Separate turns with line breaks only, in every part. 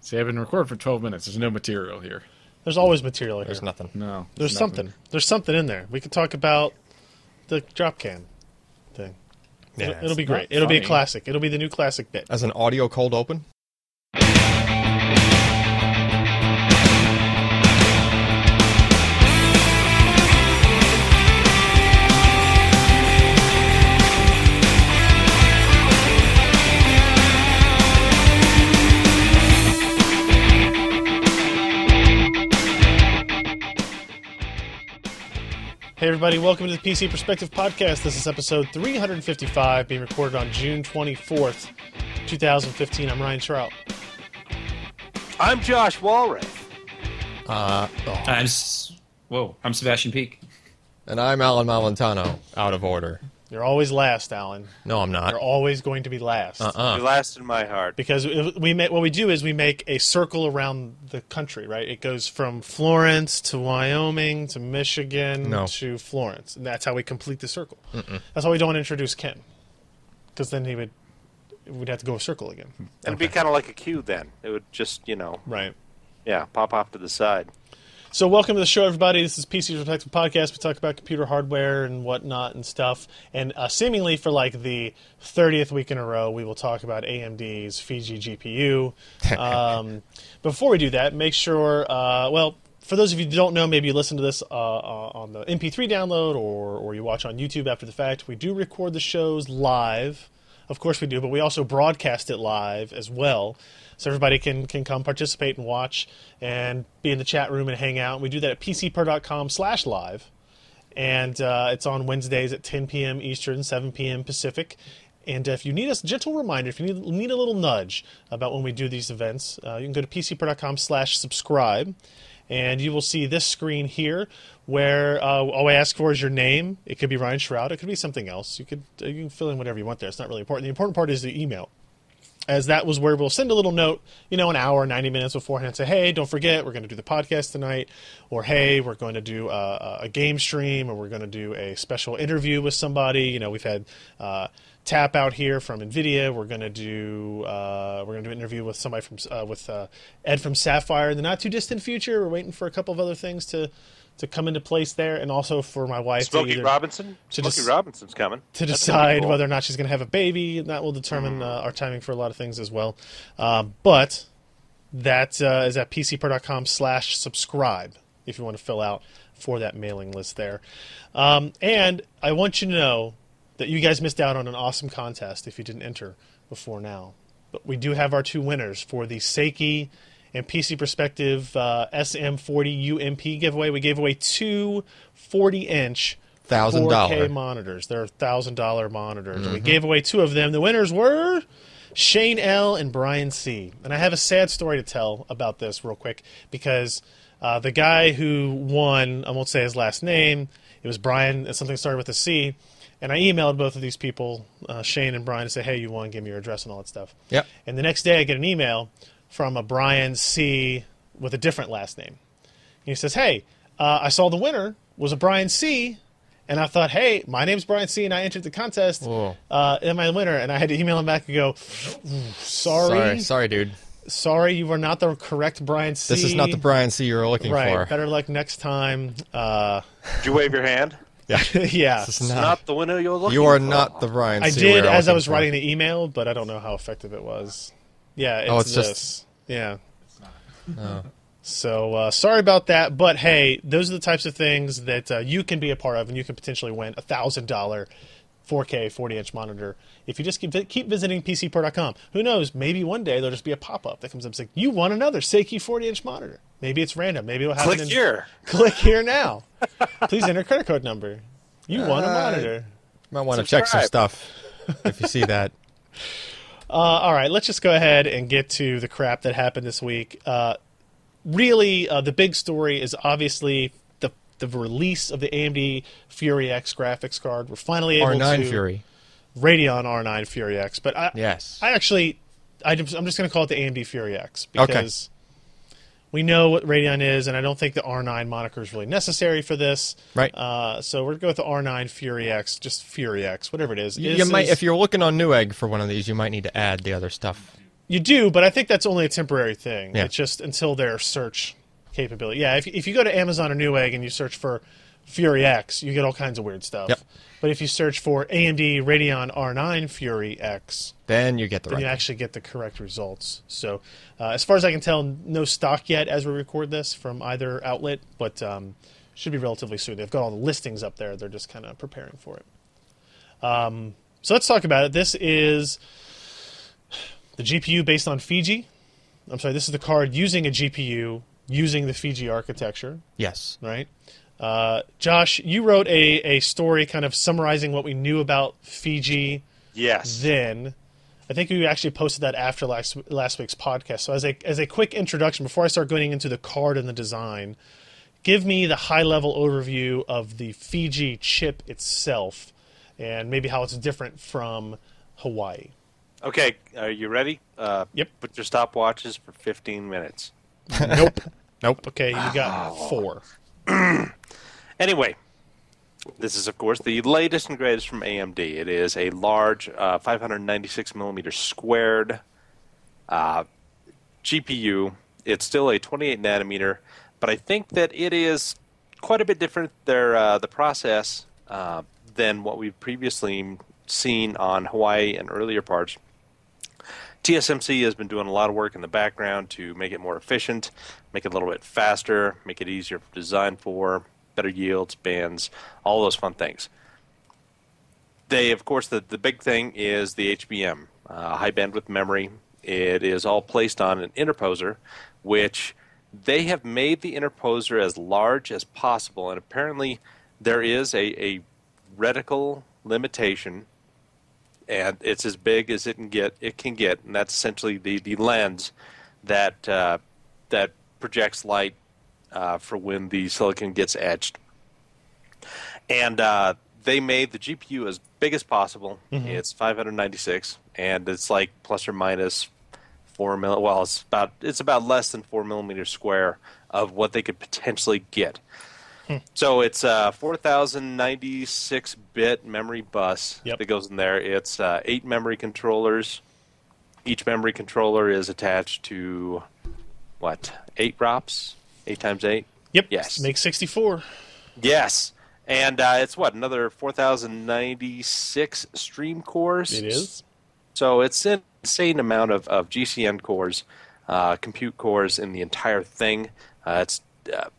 See, I've been recording for 12 minutes. There's no material here.
There's always material here.
There's nothing.
No.
There's
nothing.
something. There's something in there. We could talk about the drop can thing.
Yeah,
it'll, it'll be
it's not
great. It'll be a
funny.
classic. It'll be the new classic bit.
As an audio cold open,
Hey, everybody, welcome to the PC Perspective Podcast. This is episode 355, being recorded on June 24th, 2015. I'm Ryan Trout.
I'm Josh Walrath.
I'm s- whoa. I'm Sebastian Peak.
and I'm Alan Malentano, out of order.
You're always last, Alan.
No, I'm not.
You're always going to be last.
Uh-uh.
You're last in my heart.
Because if we make, what we do is we make a circle around the country, right? It goes from Florence to Wyoming to Michigan
No.
to Florence. And that's how we complete the circle. That's why we don't introduce Ken. Because then he would, we'd have to go a circle again.
It'd be kind of like a queue then. It would just, you know,
Right.
yeah, pop off to the side.
So, welcome to the show, everybody. This is PC Protective Podcast. We talk about computer hardware and whatnot and stuff. And uh, seemingly for like the 30th week in a row, we will talk about AMD's Fiji GPU. Um, before we do that, make sure, uh, well, for those of you who don't know, maybe you listen to this uh, uh, on the MP3 download or, or you watch on YouTube after the fact. We do record the shows live. Of course we do, but we also broadcast it live as well. So everybody can, can come participate and watch and be in the chat room and hang out. We do that at pcper.com slash live. And uh, it's on Wednesdays at 10 p.m. Eastern, 7 p.m. Pacific. And if you need us, gentle reminder, if you need, need a little nudge about when we do these events, uh, you can go to pcper.com slash subscribe. And you will see this screen here where uh, all I ask for is your name. It could be Ryan Shroud. It could be something else. You could uh, you can fill in whatever you want there. It's not really important. The important part is the email as that was where we'll send a little note, you know, an hour, 90 minutes beforehand, and say, hey, don't forget, we're going to do the podcast tonight, or hey, we're going to do a, a game stream, or we're going to do a special interview with somebody. You know, we've had uh, Tap out here from NVIDIA. We're going to do uh, we're going to do an interview with somebody from uh, with uh, Ed from Sapphire in the not too distant future. We're waiting for a couple of other things to to come into place there, and also for my wife. to
Smokey
either-
Robinson?
to
Smokey
des-
Robinson's coming.
to
That's gonna be
decide
cool.
whether or not she's going to have a baby, and that will determine
Mm-hmm.
uh, our timing for a lot of things as well. Uh, but that uh, is at pcper.com slash subscribe if you want to fill out for that mailing list there. Um, and I want you to know that you guys missed out on an awesome contest if you didn't enter before now. But we do have our two winners for the Seiki and PC Perspective uh, SM40 UMP giveaway. We gave away two 40 inch
Thousand
4K
dollar.
monitors. They're thousand dollar monitors. We gave away two of them. The winners were Shane L and Brian C. And I have a sad story to tell about this real quick because uh, the guy who won, I won't say his last name. It was Brian. and Something started with a C. And I emailed both of these people, uh, Shane and Brian, to say, "Hey, you won. Give me your address and all that stuff."
Yep.
And the next day, I get an email from a Brian C. with a different last name. And he says, "Hey, uh, I saw the winner was a Brian C." And I thought, "Hey, my name's Brian C. and I entered the contest.
Whoa.
Uh, am I the winner?" And I had to email him back and go, "Sorry,
Sorry,
sorry,
sorry, dude.
you were not the correct Brian C.
This is not the Brian C you're looking
right.
for.
Better luck next time." Uh,
Did you wave your hand?
yeah,
This
It's
is not.
not the window you're looking
you are
for.
not the Brian
I
C. we
did
are
as I
looking
was
for.
writing the email, but I don't know how effective it was. Yeah, it's,
Oh, it's
this.
just- Oh.
yeah. So uh, sorry about that, but hey, those are the types of things that uh, you can be a part of, and you can potentially win a thousand dollar 4K 40 inch monitor if you just keep, keep visiting PCPro.com. Who knows? Maybe one day there'll just be a pop up that comes up and says, "You won another Seiki 40 inch monitor." Maybe it's random. Maybe it'll happen.
Click
in-
here.
Click here now. Please enter credit card number. You won a
Uh,
monitor.
Might want to check some stuff if you see that.
Uh, all right, let's just go ahead and get to the crap that happened this week. Uh, really, uh, the big story is obviously the the release of the AMD Fury X graphics card. We're finally able
R9
to
Fury.
Radeon R9 Fury X, but I
Yes.
I actually I, am just going to call it the AMD Fury X
Okay.
because we know what Radeon is, and I don't think the R9 moniker is really necessary for this.
Right.
Uh, so we're going to go with the R9 Fury X, just Fury X, whatever it is.
you
Is-
you might,
is-
if you're looking on Newegg for one of these, you might need to add the other stuff.
You do, but I think that's only a temporary thing.
Yeah.
It's just until their search capability. Yeah, if, if you go to Amazon or Newegg and you search for Fury X, you get all kinds of weird stuff.
Yep.
But if you search for AMD Radeon R9 Fury X,
Then you get the
then you
right.
actually get the correct results. So, uh, as far as I can tell, no stock yet as we record this from either outlet, but um, should be relatively soon. They've got all the listings up there. They're just kind of preparing for it. Um, so let's talk about it. This is the GPU based on Fiji. I'm sorry, this is the card using a GPU using the Fiji architecture,
Yes.
right? Uh, Josh, you wrote a, a story kind of summarizing what we knew about Fiji
Yes.
then. I think we actually posted that after last last week's podcast. So as a as a quick introduction, before I start going into the card and the design, give me the high level overview of the Fiji chip itself, and maybe how it's different from Hawaii.
okay, are you ready? Uh,
Yep.
Put your stopwatches for 15 minutes.
Nope.
Nope.
Okay, you got four.
Anyway, this is, of course, the latest and greatest from AMD. It is a large uh, 596 millimeter squared uh, GPU. It's still a 28 nanometer, but I think that it is quite a bit different their uh, the process uh, than what we've previously seen on Hawaii and earlier parts. TSMC has been doing a lot of work in the background to make it more efficient, make it a little bit faster, make it easier to design for, better yields, bands, all those fun things. They, of course, the, the big thing is the HBM, uh, high bandwidth memory. It is all placed on an interposer, which they have made the interposer as large as possible. And apparently, there is a, a reticle limitation and it's as big as it can get. It can get, and that's essentially the, the lens that uh, that projects light uh, for when the silicon gets etched. And uh, they made the GPU as big as possible. It's 596, and it's like plus or minus four mil. Well, it's about it's about less than four millimeters square of what they could potentially get. So it's a 4096 bit memory bus
Yep.
that goes in there. It's uh, eight memory controllers. Each memory controller is attached to what? Eight ROPs? Eight times eight?
Yep.
Yes.
Make sixty four.
Yes. And uh, it's what? Another 4096 stream cores?
It is.
So it's an insane amount of, of GCN cores, uh, compute cores in the entire thing. Uh, it's uh,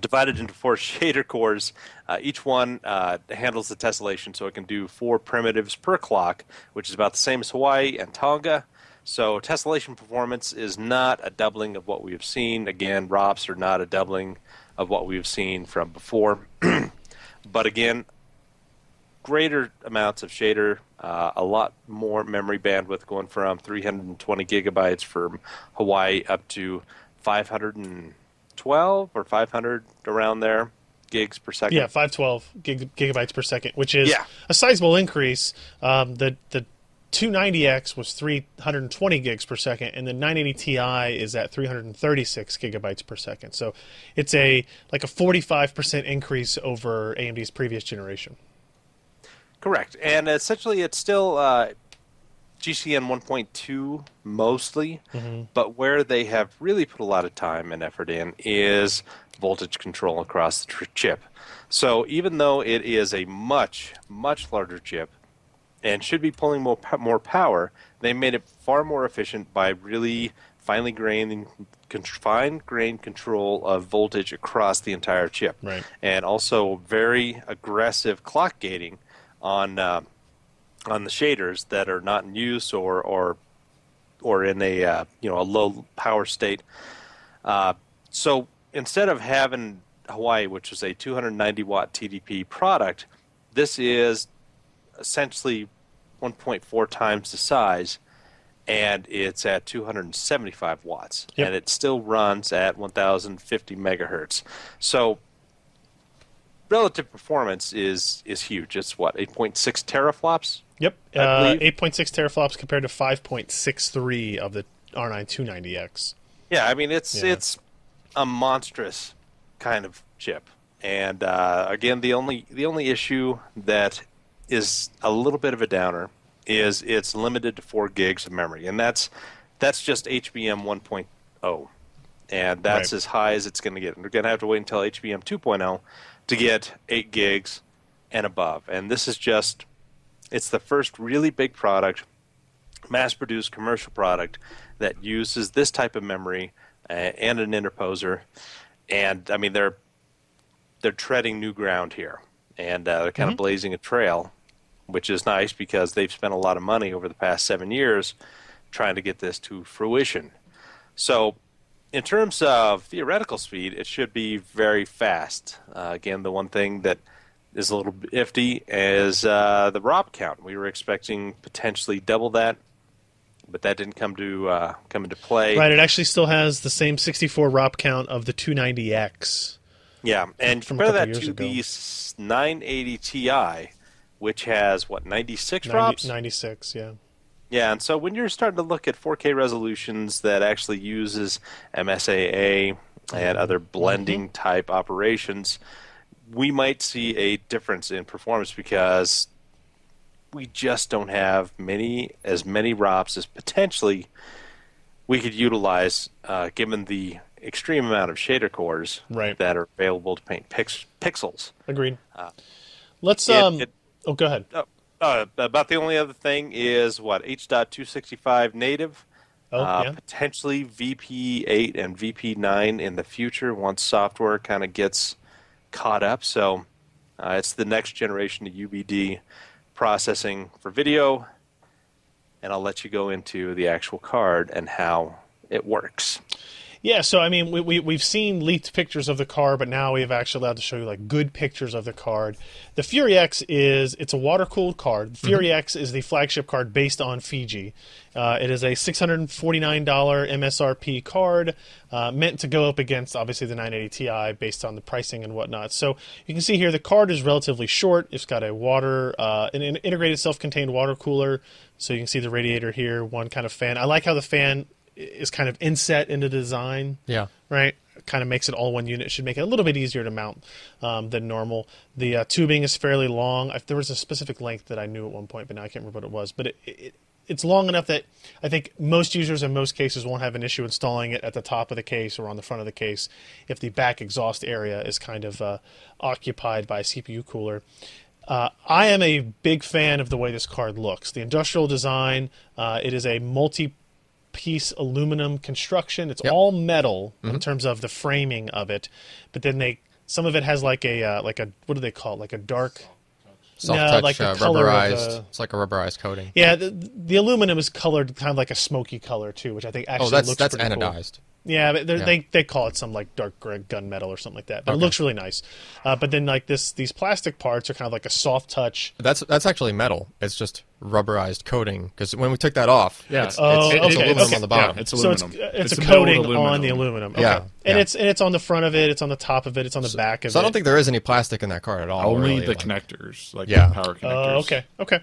divided into four shader cores. Uh, each one uh, handles the tessellation, so it can do four primitives per clock, which is about the same as Hawaii and Tonga. So tessellation performance is not a doubling of what we have seen. Again, ROPS are not a doubling of what we've seen from before. but again, greater amounts of shader, uh, a lot more memory bandwidth going from 320 gigabytes from Hawaii up to 512 or 500 around there gigs per second.
Yeah, five twelve gig- gigabytes per second, which is
Yeah.
a sizable increase. Um, the the 290X was 320 gigs per second, and the 980 Ti is at 336 gigabytes per second. So it's a like a 45% increase over AMD's previous generation.
Correct. And essentially, it's still uh, GCN 1.2 mostly, but where they have really put a lot of time and effort in is voltage control across the tr- chip. So even though it is a much, much larger chip and should be pulling more, po- more power, they made it far more efficient by really finely grained con- fine grained control of voltage across the entire chip
Right.
and also very aggressive clock gating on uh, on the shaders that are not in use or or or in a uh, you know a low power state. Uh, so instead of having Hawaii, which is a 290 watt TDP product, this is essentially 1.4 times the size, and it's at 275 watts,
Yep.
and it still runs at 1,050 megahertz. So relative performance is is huge. It's what 8.6 teraflops.
Yep,
I
uh,
believe-
8.6 teraflops compared to 5.63 of the R9 290X.
Yeah, I mean it's
Yeah.
it's a monstrous kind of chip. And uh, again, the only the only issue that is a little bit of a downer is it's limited to four gigs of memory, and that's that's just HBM 1.0, oh. and that's
Right.
as high as it's going to get. And we're going to have to wait until HBM 2.0 to get eight gigs and above. And this is just it's the first really big product, mass produced commercial product that uses this type of memory uh, and an interposer. And I mean, they're they're treading new ground here, and uh, they're kind of blazing a trail, which is nice because they've spent a lot of money over the past seven years trying to get this to fruition. So, in terms of theoretical speed, it should be very fast. Uh, again, the one thing that is a little iffy is uh, the ROP count. We were expecting potentially double that, but that didn't come to uh, come into play.
Right, it actually still has the same 64 ROP count of the 290X.
Yeah, and
from a couple
compare that
years
to
ago.
the s- 980 Ti, which has what 96 ROPs.
90, 96, yeah.
Yeah, and so when you're starting to look at 4K resolutions that actually uses MSAA and other blending type operations, we might see a difference in performance because we just don't have many as many ROPs as potentially we could utilize, uh, given the extreme amount of shader cores
Right.
that are available to paint pix- pixels.
Agreed. Let's
Uh, it-
um.
it-
oh, go ahead.
Oh, uh, about the only other thing is what H.265 native.
Oh,
uh,
yeah.
Potentially VP8 and VP9 in the future once software kind of gets caught up. So uh, it's the next generation of UBD processing for video. And I'll let you go into the actual card and how it works.
Yeah, so I mean, we, we we've seen leaked pictures of the car, but now we've actually allowed to show you like good pictures of the card. The Fury X is it's a water cooled card. The Fury X is the flagship card based on Fiji. Uh, it is a six hundred and forty nine dollar MSRP card uh, meant to go up against obviously the nine eighty Ti based on the pricing and whatnot. So you can see here the card is relatively short. It's got a water uh, an, an integrated self contained water cooler. So you can see the radiator here, one kind of fan. I like how the fan is kind of inset into the design,
Yeah.
right? Kind of makes it all one unit. Should make it a little bit easier to mount um, than normal. The uh, tubing is fairly long. I, there was a specific length that I knew at one point, but now I can't remember what it was. But it, it, it's long enough that I think most users in most cases won't have an issue installing it at the top of the case or on the front of the case if the back exhaust area is kind of uh, occupied by a CPU cooler. Uh, I am a big fan of the way this card looks. The industrial design, uh, it is a multi piece aluminum construction. It's all metal
Mm-hmm.
in terms of the framing of it, but then they some of it has like a uh, like a what do they call it? like a dark
Soft
No,
touch,
like the
uh,
color of
rubberized.
the-
It's like a rubberized coating.
yeah the, the aluminum is colored kind of like a smoky color too, which I think actually
Oh, that's
looks
that's
pretty cool.
anodized.
Yeah, but they're-
Yeah.
they they call it some like dark gray gunmetal or something like that. But it
Okay.
looks really nice. Uh, but then like this these plastic parts are kind of like a soft touch.
That's that's actually metal. It's just rubberized coating because when we took that off,
Yeah.
it's, it's, it's
okay,
aluminum
okay.
on the bottom.
Yeah, it's
So
aluminum.
it's it's, a
milled
coating on the aluminum. Okay.
Yeah,
and
yeah.
it's and it's on the front of it. It's on the top of it. It's on the back of
so
it.
I don't think there is any plastic in that card at all.
Only
really,
the
like-
connectors, like
Yeah.
the power connectors.
Oh, okay, okay.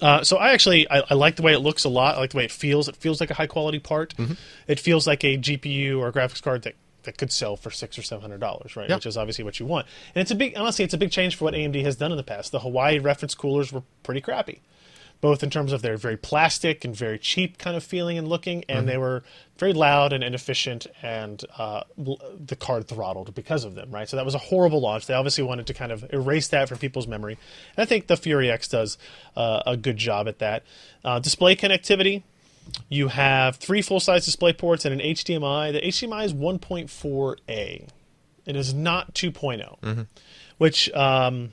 Uh, so I actually I, I like the way it looks a lot. I like the way it feels. It feels like a high quality part. It feels like a GPU or a graphics card that, that could sell for six or seven hundred dollars, right?
Yeah.
Which is obviously what you want. And it's a big honestly, it's a big change for what AMD has done in the past. The Hawaii reference coolers were pretty crappy, both in terms of their very plastic and very cheap kind of feeling and looking, and they were very loud and inefficient, and uh, l- the card throttled because of them, right? So that was a horrible launch. They obviously wanted to kind of erase that from people's memory. And I think the Fury X does uh, a good job at that. Uh, display connectivity. You have three full size display ports and an HDMI. The HDMI is 1.4A. It is not 2.0, which um,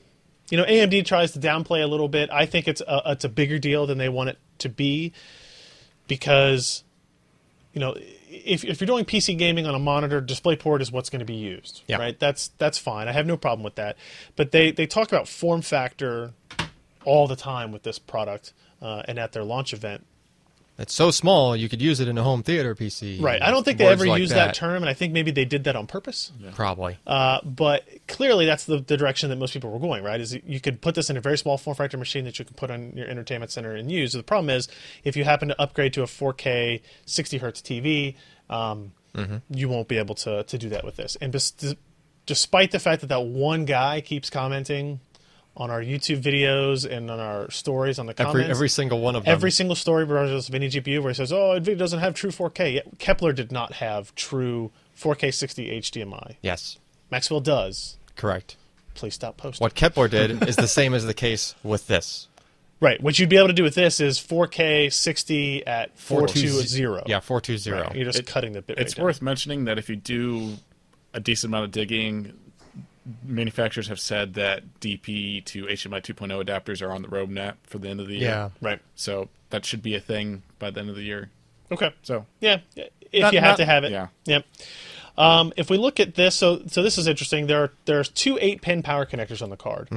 you know AMD tries to downplay a little bit. I think it's a, it's a bigger deal than they want it to be because you know if, if you're doing PC gaming on a monitor, DisplayPort is what's going to be used,
Yeah.
right? That's that's fine. I have no problem with that. But they they talk about form factor all the time with this product uh, and at their launch event.
It's so small you could use it in a home theater PC.
Right. I don't think they
Words
ever
like
used that. term, and I think maybe they did that on purpose.
Probably.
Uh, but clearly, that's the, the direction that most people were going. Right? Is you could put this in a very small form factor machine that you can put on your entertainment center and use. The problem is, if you happen to upgrade to a 4K 60 hertz TV, um,
Mm-hmm.
you won't be able to to do that with this. And bes- despite the fact that that one guy keeps commenting on our YouTube videos and on our stories on the comments.
Every every single one of them.
Every single story, regardless of any GPU, where it says, "Oh, NVIDIA doesn't have true 4K." Yet Kepler did not have true 4K 60 HDMI.
yes,
Maxwell does.
correct.
Please stop posting.
What Kepler did is the same as the case with this.
Right. What you'd be able to do with this is 4K 60 at 420.
Yeah, four two zero.
Right. You're just cutting the bit.
It's
rate down.
worth mentioning that if you do a decent amount of digging, manufacturers have said that DP to HDMI 2.0 adapters are on the roadmap for the end of the year.
Yeah.
Right.
So that should be a thing by the end of the year.
Okay.
So
Yeah. If
Not-
you have
not-
to have it.
yeah.
Yep. Um, if we look at this, so so this is interesting. There are there's two eight pin power connectors on the card,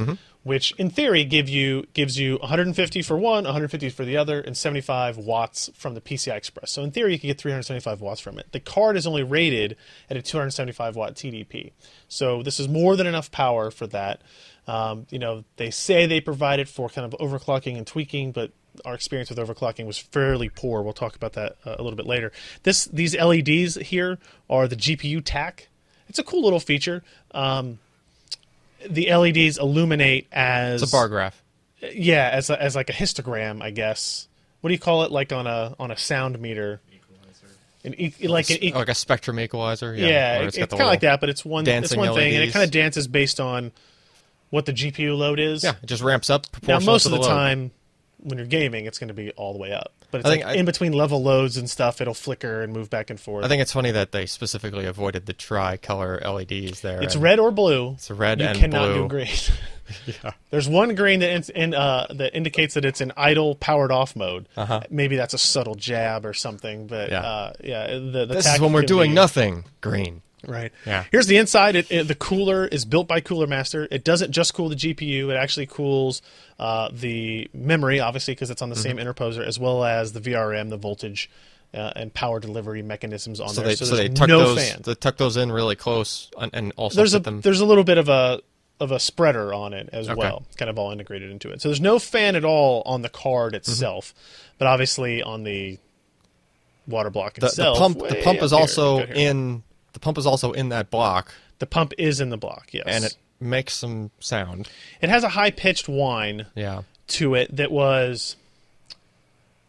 which in theory give you gives you 150 for one, 150 for the other, and 75 watts from the PCI Express. So in theory, you could get 375 watts from it. The card is only rated at a 275 watt TDP, so this is more than enough power for that. Um, you know, they say they provide it for kind of overclocking and tweaking, but our experience with overclocking was fairly poor. We'll talk about that uh, a little bit later. This these LEDs here are the GPU TAC. It's a cool little feature. Um, the LEDs illuminate as
It's a bar graph.
yeah, as a, as like a histogram, I guess. What do you call it? Like on a on a sound meter. An e- like an e-
like a spectrum equalizer. Yeah,
yeah,
where
it's,
got
it's
the
kind of like
little-
that, but it's one it's
dancing E
one thing, and it
LEDs.
kind of dances based on what the GPU load is.
Yeah, it just ramps up
Now,
proportional
most
to
of the,
load.
time, when you're gaming, it's going to be all the way up. But it's
I
like
think I-
in between level loads and stuff, it'll flicker and move back and forth.
I think it's funny that they specifically avoided the tri-color LEDs there.
it's
and-
red or blue.
It's red
you
and
cannot
blue.
do green. There's one green that in, in, uh, that indicates that it's in idle, powered off mode.
Uh-huh.
Maybe that's a subtle jab or something. But yeah,
Yeah.
uh, yeah the, the
This
tack
is when we're
can
doing
be-
nothing. Green.
Right.
Yeah.
Here's the inside. It, it- the cooler is built by Cooler Master. It doesn't just cool the GPU. It actually cools uh, the memory, obviously, because it's on the
Mm-hmm.
same interposer, as well as the VRM, the voltage, uh, and power delivery mechanisms on
So
there.
they so, they
there's
tuck
no
those
fan.
they tuck those in really close and, and also
There's a
fit them.
there's a little bit of a of a spreader on it as
Okay.
well, kind of all integrated into it. So there's no fan at all on the
Mm-hmm.
card itself, but obviously on the water block
The, the
itself.
pump the
way
pump
up
is
here,
also
right here.
in the pump is also in that block
the pump is in the block. Yes,
and it makes some sound.
it has a high pitched whine
Yeah.
to it that was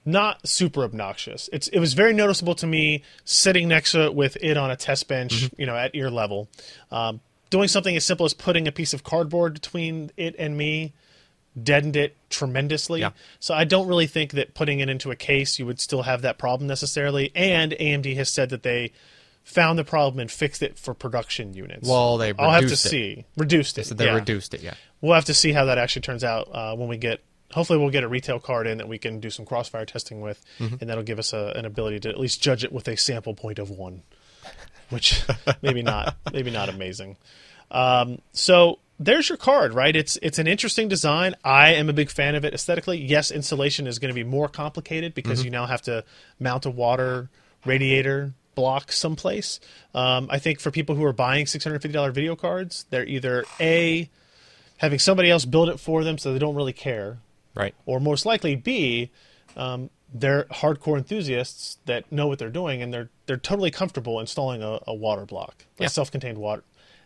not super obnoxious. It's it was very noticeable to me sitting next to it with it on a test bench,
Mm-hmm.
you know, at ear level, um, doing something as simple as putting a piece of cardboard between it and me deadened it tremendously.
Yeah.
So I don't really think that putting it into a case you would still have that problem necessarily. And AMD has said that they found the problem and fixed it for production units.
Well, they
I'll have to
reduced it.
see reduced it.
So they
yeah
reduced it, yeah.
we'll have to see how that actually turns out uh, when we get. Hopefully, we'll get a retail card in that we can do some crossfire testing with, and that'll give us a, an ability to at least judge it with a sample point of one, which maybe not, maybe not amazing. Um, so there's your card, right? It's it's an interesting design. I am a big fan of it aesthetically. Yes, installation is going to be more complicated because you now have to mount a water radiator block someplace. Um, I think for people who are buying $650 video cards, they're either a having somebody else build it for them so they don't really care,
Right.
or most likely B, um, they're hardcore enthusiasts that know what they're doing and they're they're totally comfortable installing a, a water block, a
Yeah.
self-contained water,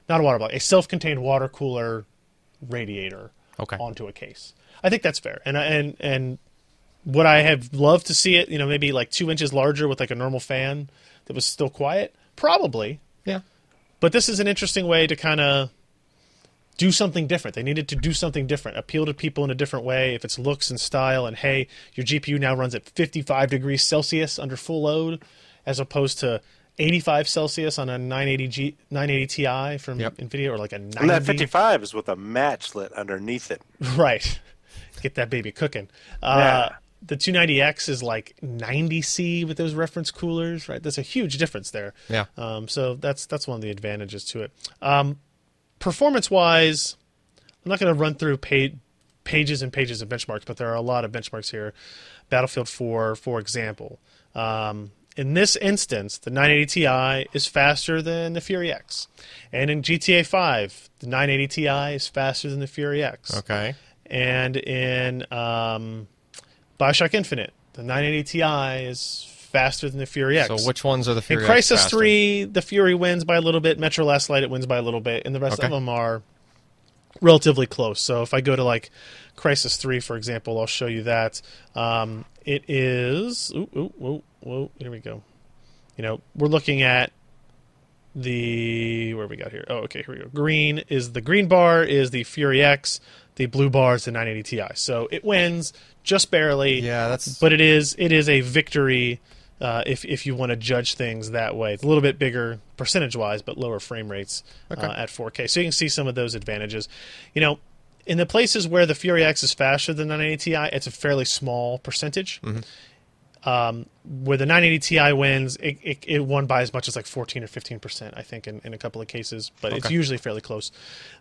not a water block, a self-contained water cooler radiator
Okay.
onto a case. I think that's fair, and I- and and would I have loved to see it? You know, maybe like two inches larger with like a normal fan that was still quiet. Probably,
Yeah.
but this is an interesting way to kind of do something different. They needed to do something different, appeal to people in a different way. If it's looks and style, and hey, your GPU now runs at 55 degrees Celsius under full load, as opposed to 85 Celsius on a 980 G, 980 Ti from
Yep.
Nvidia, or like a 90.
And that 55 is with a match lit underneath it.
Right. Get that baby cooking. Uh, The 290X is like 90C with those reference coolers, right? There's a huge difference there.
Yeah.
Um, so that's that's one of the advantages to it. Um, performance wise, I'm not going to run through pa- pages and pages of benchmarks, but there are a lot of benchmarks here. Battlefield 4, for example. Um, in this instance, the 980 Ti is faster than the Fury X. And in GTA 5, the 980 Ti is faster than the Fury X
Okay.
and in um, Bioshock Infinite, the 980 Ti is faster than the Fury X.
So which ones are the
in
Fury X
Crisis
faster?
3, the Fury wins by a little bit. Metro Last Light, it wins by a little bit, and the rest
Okay.
of them are relatively close. So if I go to like Crisis Three, for example, I'll show you that. Um, it is. Ooh, ooh, whoa, whoa. Here we go. You know, we're looking at the where we got here. Oh, okay, here we go. Green is the green bar is the Fury X. The blue bar is the 980 Ti. So it wins just barely.
Yeah, that's.
But it is it is a victory. Uh, if if you want to judge things that way, it's a little bit bigger percentage wise, but lower frame rates
Okay.
uh, at 4K. So you can see some of those advantages. You know, in the places where the Fury X is faster than 980 Ti, it's a fairly small percentage. Um, where the 980 Ti wins, it, it, it won by as much as like 14 or 15 percent, I think, in, in a couple of cases, but it's
Okay.
usually fairly close.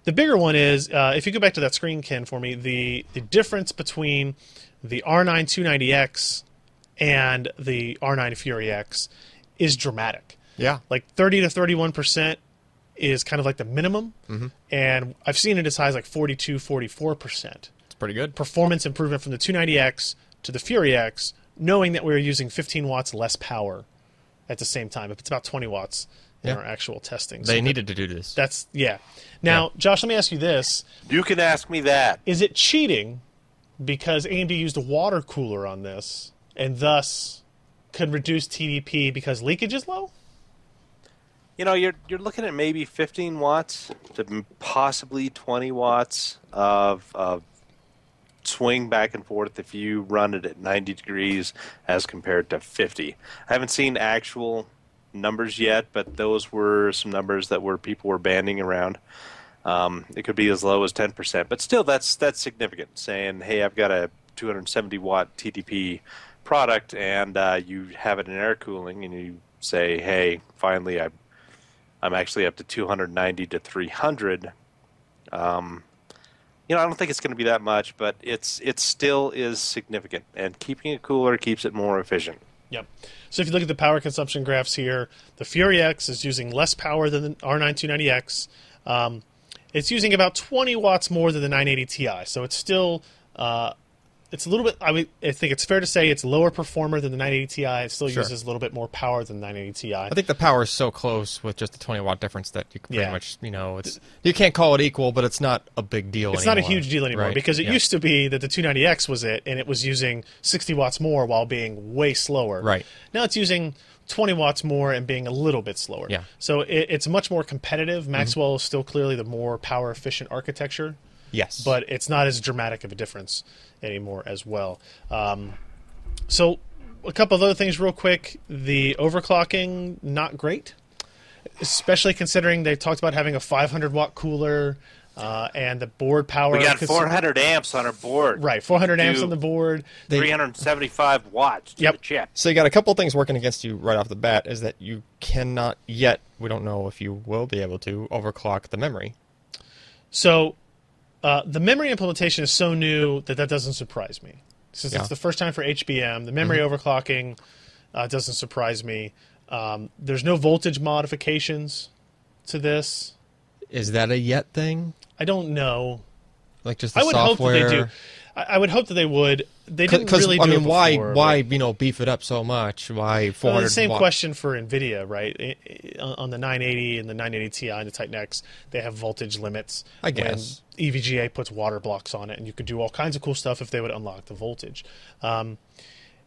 The bigger one is uh, if you go back to that screen, Ken, for me, the the difference between the R9 290X and the R9 Fury X is dramatic
yeah.
like 30 to 31 percent is kind of like the minimum and i've seen it as high as like 42 44 percent
It's pretty good.
performance improvement from the 290x to the fury x knowing that we were using 15 watts less power at the same time it's about 20 watts in
Yeah.
our actual testing So
They needed to do this.
that's yeah now josh let me ask you this
You can ask me that.
is it cheating because AMD used a water cooler on this and thus could reduce TDP because leakage is low?
You know, you're you're looking at maybe 15 watts to m- possibly 20 watts of of swing back and forth if you run it at 90 degrees as compared to 50. I haven't seen actual numbers yet, but those were some numbers that were people were banding around. Um, it could be as low as 10%, but still, that's that's significant. Saying, hey, I've got a 270 watt TDP product, and uh, you have it in air cooling, and you say, hey, finally, I I'm actually up to 290 to 300. Um, you know, I don't think it's going to be that much, but it's it still is significant, and keeping it cooler keeps it more efficient.
Yep. So if you look at the power consumption graphs here, the Fury X is using less power than the R9 290X. Um, it's using about 20 watts more than the 980 Ti, so it's still uh, it's a little bit. I, would, I think it's fair to say it's lower performer than the 980 Ti. It still
Sure.
uses a little bit more power than the 980 Ti.
I think the power is so close with just the 20 watt difference that you can pretty
Yeah.
much, you know, it's you can't call it equal, but it's not a big deal.
it's not a huge deal anymore because it used to be that the 290X was it, and it was using 60 watts more while being way slower.
Right.
Now it's using 20 watts more and being a little bit slower.
Yeah.
So it, it's much more competitive. Maxwell is still clearly the more power efficient architecture,
Yes,
but it's not as dramatic of a difference anymore as well. Um, so a couple of other things, real quick. The overclocking, not great. Especially considering they talked about having a 500 watt cooler uh, and the board power.
We got
consu-
400 amps on our board,
Right, 400 amps
Dude.
on the board.
375 watts to
Yep.
the chip.
So you got a couple things working against you right off the bat is that you cannot yet, we don't know if you will be able to overclock the memory.
So uh, the memory implementation is so new that that doesn't surprise me. Since
Yeah. Mm-hmm.
it's the first time for HBM, the memory overclocking uh, doesn't surprise me. Um, there's no voltage modifications to this.
Is that a yet thing?
I don't know.
Like just the
I would
software?
hope that they do. I, I would hope that they would. They didn't
Because
really. Do
I mean,
it
why
before, but-
why you know beef it up so much? Why four
Well,
hundred?
the same question for NVIDIA, right? I- I- On the 980 and the 980 Ti and the Titan X, they have voltage limits.
I guess.
When E EVGA puts water blocks on it, and you could do all kinds of cool stuff if they would unlock the voltage. Um,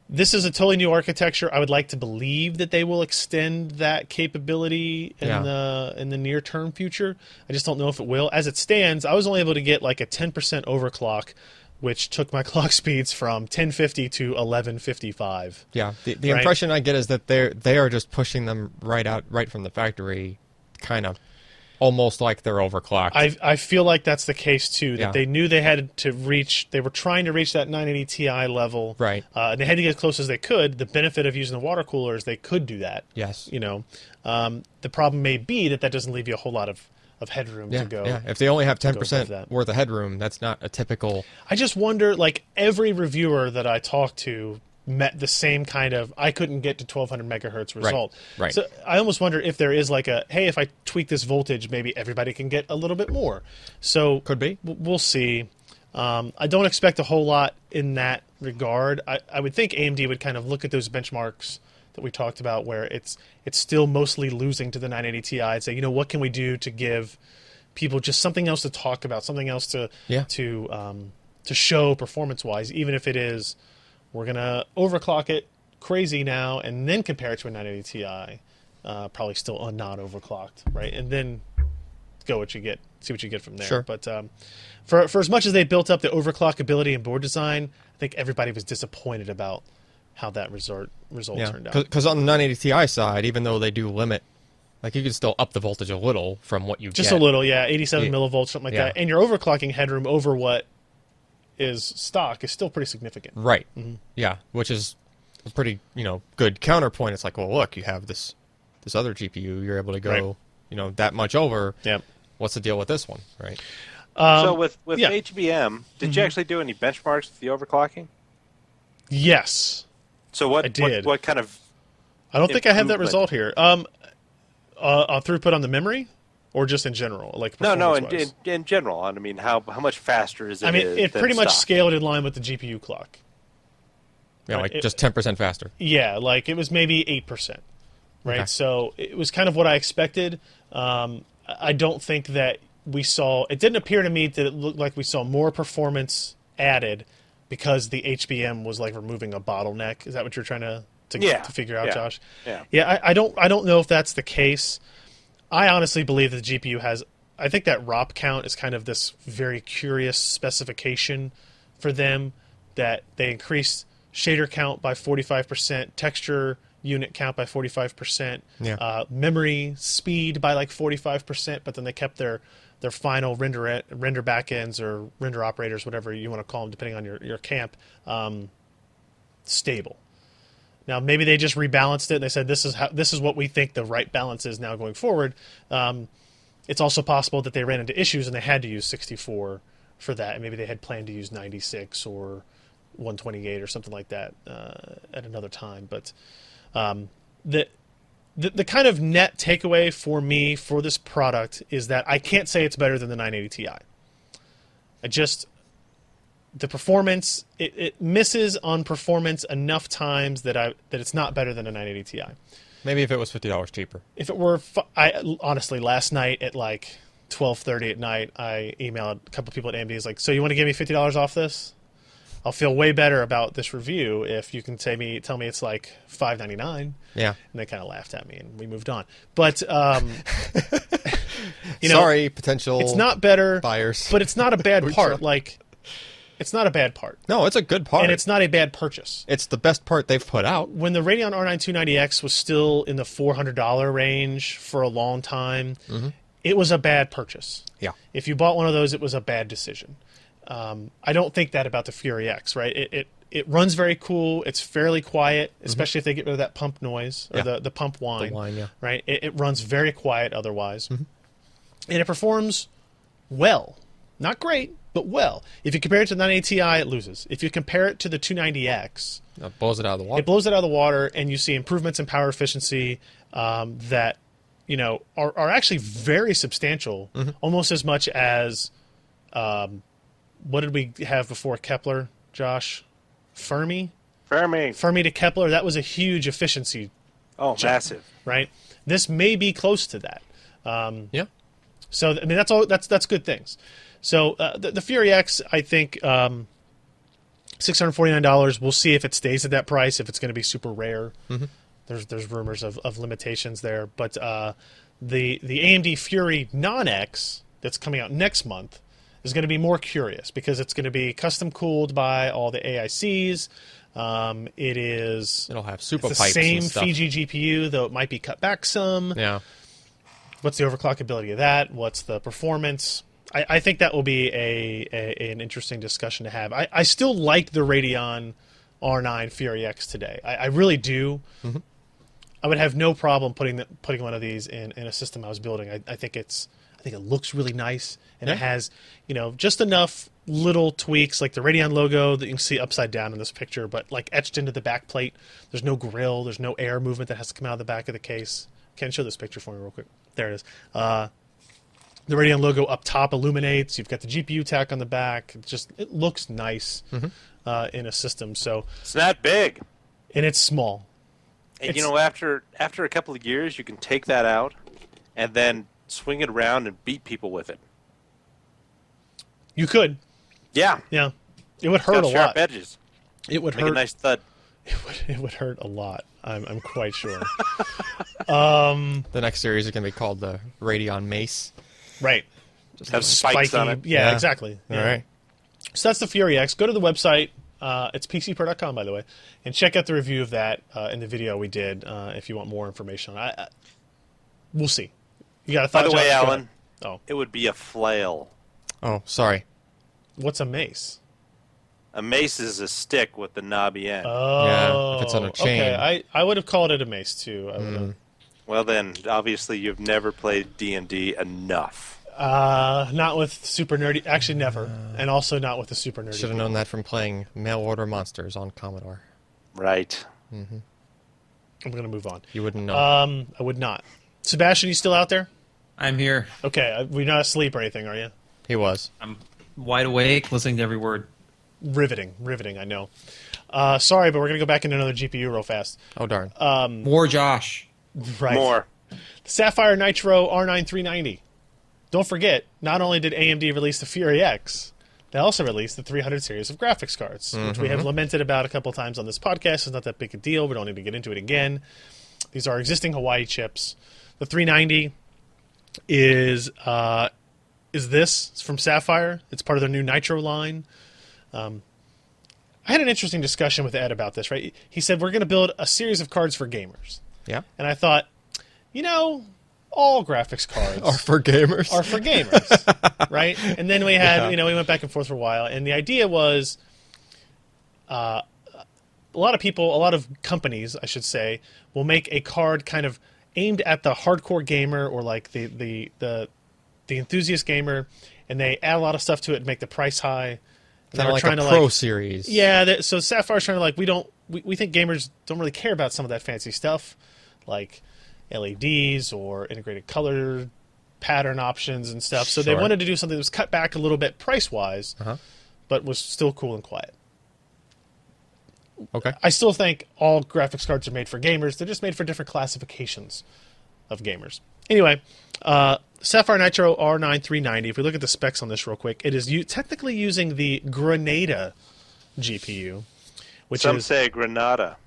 this is a totally new architecture. I would like to believe that they will extend that capability in
Yeah.
the in the near term future. I just don't know if it will. As it stands, I was only able to get like a 10% overclock, which took my clock speeds from 1050 to 1155.
Yeah, the, the
Right.
impression I get is that they're they are just pushing them right out, right from the factory, kind of, almost like they're overclocked.
I, I feel like that's the case too. That
Yeah.
they knew they had to reach. They were trying to reach that 980 Ti level,
Right.
Uh, and they had to get as close as they could. The benefit of using the water cooler is they could do that.
Yes.
You know, um, the problem may be that that doesn't leave you a whole lot of of headroom
yeah,
to go.
yeah. If they only have ten
above that.
percent worth of headroom, that's not a typical.
I just wonder, like every reviewer that I talked to met the same kind of I couldn't get to 1200 megahertz result.
right.
So I almost wonder if there is like a hey, if I tweak this voltage, maybe everybody can get a little bit more. So
Could be.
W- We'll see. Um, I don't expect a whole lot in that regard. I, I would think AMD would kind of look at those benchmarks that we talked about, where it's it's still mostly losing to the 980 Ti, and say, you know, what can we do to give people just something else to talk about, something else to
Yeah.
to um, to show performance wise, even if it is we're gonna overclock it crazy now and then compare it to a 980 Ti, uh, probably still un- not overclocked, right? And then go what you get, see what you get from there.
Sure.
But um, for for as much as they built up the overclock ability and board design, I think everybody was disappointed about how that resort result
Yeah,
turned out.
because on the 980 Ti side, even though they do limit, like you can still up the voltage a little from what you
Just
get.
a little, yeah, 87
Yeah.
millivolts, something like
Yeah.
that. And you're overclocking headroom over what is stock is still pretty significant.
right? Yeah, which is a pretty you know good counterpoint. It's like, well, look, you have this this other GPU, you're able to go
Right.
you know that much over.
Yep.
What's the deal with this one, right?
so with with
Um, yeah. Mm-hmm.
HBM, did you actually do any benchmarks with the overclocking?
Yes.
So what
I
what,
did.
what kind of
I don't think I have that
Improvement.
result here. Um, uh, on throughput on the memory, or just in general, like
no no in,
performance-wise?
in, in general? I mean, how how much faster is it?
I mean, it
than
pretty much
stock?
scaled in line with the GPU clock.
Yeah,
Right,
like
it-
just 10 percent faster.
Yeah, like it was maybe eight percent, right?
Okay.
So it was kind of what I expected. Um, I I don't think that we saw. It didn't appear to me that it looked like we saw more performance added because the HBM was like removing a bottleneck. Is that what you're trying to to,
Yeah,
to figure out,
yeah,
Josh?
yeah.
Yeah. I, I don't. I don't know if that's the case. I honestly believe that the GPU has. I think that ROP count is kind of this very curious specification for them that they increased shader count by 45%, texture unit count by 45%,
Yeah.
uh, memory speed by like 45%, but then they kept their their final render e, render backends or render operators, whatever you want to call them, depending on your your camp, um, stable. Now maybe they just rebalanced it and they said this is how this is what we think the right balance is now going forward. Um, it's also possible that they ran into issues and they had to use 64 for that, and maybe they had planned to use 96 or 128 or something like that uh, at another time. But um, the, the the kind of net takeaway for me for this product is that I can't say it's better than the 980 Ti. I just the performance it, it misses on performance enough times that I that it's not better than a 980 Ti
Maybe if it was fifty dollars cheaper.
if it were fu- I honestly last night at like 12:30 at night I emailed a couple people at AMD is like so you want to give me $50 off this? I'll feel way better about this review if you can tell me tell me it's like 5.99
Yeah.
and they kind of laughed at me and we moved on. But um you know
Sorry, potential.
it's not better
buyers.
but it's not a bad
We're
part
sorry.
like it's not a bad part
No, it's a good part.
and it's not a bad purchase.
it's the best part they've put out.
when the Radeon R9 290X was still in the $400 range for a long time,
Mm-hmm.
it was a bad purchase.
Yeah.
If you bought one of those, it was a bad decision. Um, I don't think that about the Fury X, right? It, it, it runs very cool. It's fairly quiet, especially if they get rid of that pump noise or
Mm-hmm. Yeah.
the, the pump whine.
whine, yeah. Mm-hmm.
Right? It, it runs very quiet otherwise. And it performs well. Not great, but well. If you compare it to the 980 Ti, it loses. If you compare it to the 290X,
It blows it out of the water.
it blows it out of the water, and you see improvements in power efficiency um, that you know are, are actually very substantial, almost as much as um, what did we have before Kepler, Josh? Fermi,
Fermi.
Fermi to Kepler. That was a huge efficiency,
Oh, massive.
right? This may be close to that.
yeah.
So I mean, that's all. That's that's good things. So uh, the, the Fury X, I think, um, six hundred forty nine dollars. We'll see if it stays at that price. If it's going to be super rare,
Mm-hmm.
there's there's rumors of, of limitations there. But uh, the the AMD Fury non X that's coming out next month is going to be more curious because it's going to be custom cooled by all the AICs. Um, it is
It'll have super
it's the
pipes
same
and stuff.
Fiji GPU, though it might be cut back some
Yeah.
what's the overclock ability of that? What's the performance? I, I think that will be a, a an interesting discussion to have. I, I still like the Radeon R9 Fury X today. I, I really do. I would have no problem putting the, putting one of these in, in a system I was building. I, I think it's I think it looks really nice and it
Yeah.
has you know just enough little tweaks like the Radeon logo that you can see upside down in this picture, but like etched into the back plate. There's no grill. There's no air movement that has to come out of the back of the case. Can show this picture for me real quick. There it is. Uh, the Radeon logo up top illuminates. You've got the GPU tack on the back. It just it looks nice uh, in a system. So
It's not big.
and it's small.
And you
It's-
know, after after a couple of years, you can take that out and then swing it around and beat people with it.
You could.
Yeah,
Yeah. It would hurt
got
a
sharp
lot.
edges.
It would
Make
hurt.
a nice thud.
it, would, it would hurt a lot. I'm, I'm quite sure.
The next series is going to be called the Radeon Mace.
right.
Have spikes on it.
Yeah,
Yeah.
exactly. Yeah.
All right.
So that's the Fury X. Go to the website. Uh, it's pcpro.com, by the way, and check out the review of that uh, in the video we did. Uh, if you want more information, I, I, we'll see. You got a thought?
By the way,
Josh? Go
Alan,
ahead. Oh,
it would be a flail.
Oh, sorry.
what's a mace?
A mace is a stick with the knobby end.
Oh,
Yeah, Uh, if it's on a chain. Mm.
Okay, I, I would have called it a mace too. I would've-
well, then obviously you've never played D and D enough.
uh, not with super nerdy. Actually, never,
Uh,
and also not with the super nerdy.
Should have known that from playing Mail Order Monsters on Commodore.
Right.
I'm gonna move on.
You wouldn't know.
Um, I would not. Sebastian, you still out there?
I'm here.
Okay, I- we're not asleep or anything, are you?
he was.
I'm wide awake, listening to every word.
Riveting, riveting. I know. Uh, sorry, but we're gonna go back into another GPU real fast.
Oh, darn.
More Josh.
Right.
More.
Sapphire Nitro R9 390. Don't forget, not only did AMD release the Fury X, they also released the 300 series of graphics cards, which we have lamented about a couple times on this podcast. It's not that big a deal. We don't need to get into it again. These are existing Hawaii chips. The 390 is uh, is this it's from Sapphire. It's part of their new Nitro line. Um, I had an interesting discussion with Ed about this. Right, he said we're going to build a series of cards for gamers,
Yeah.
and I thought, you know, all graphics cards
Or for gamers.
are for gamers, right? And then we had, you know, we went back and forth for a while, and the idea was, uh, a lot of people, a lot of companies, I should say, will make a card kind of aimed at the hardcore gamer or like the the the, the enthusiast gamer, and they add a lot of stuff to it and make the price high. And they
kind
were
of like a pro series.
yeah, that, so Sapphire's trying to like we don't we, we think gamers don't really care about some of that fancy stuff, like LEDs or integrated color pattern options and stuff. So they
Sure. Uh-huh.
wanted to do something that was cut back a little bit price wise, but was still cool and quiet.
Okay.
I still think all graphics cards are made for gamers. They're just made for different classifications of gamers. Anyway, uh, Sapphire Nitro R9 390. If we look at the specs on this real quick, it is u- technically using the Grenada GPU, which
Some
is
say Uh, Granada.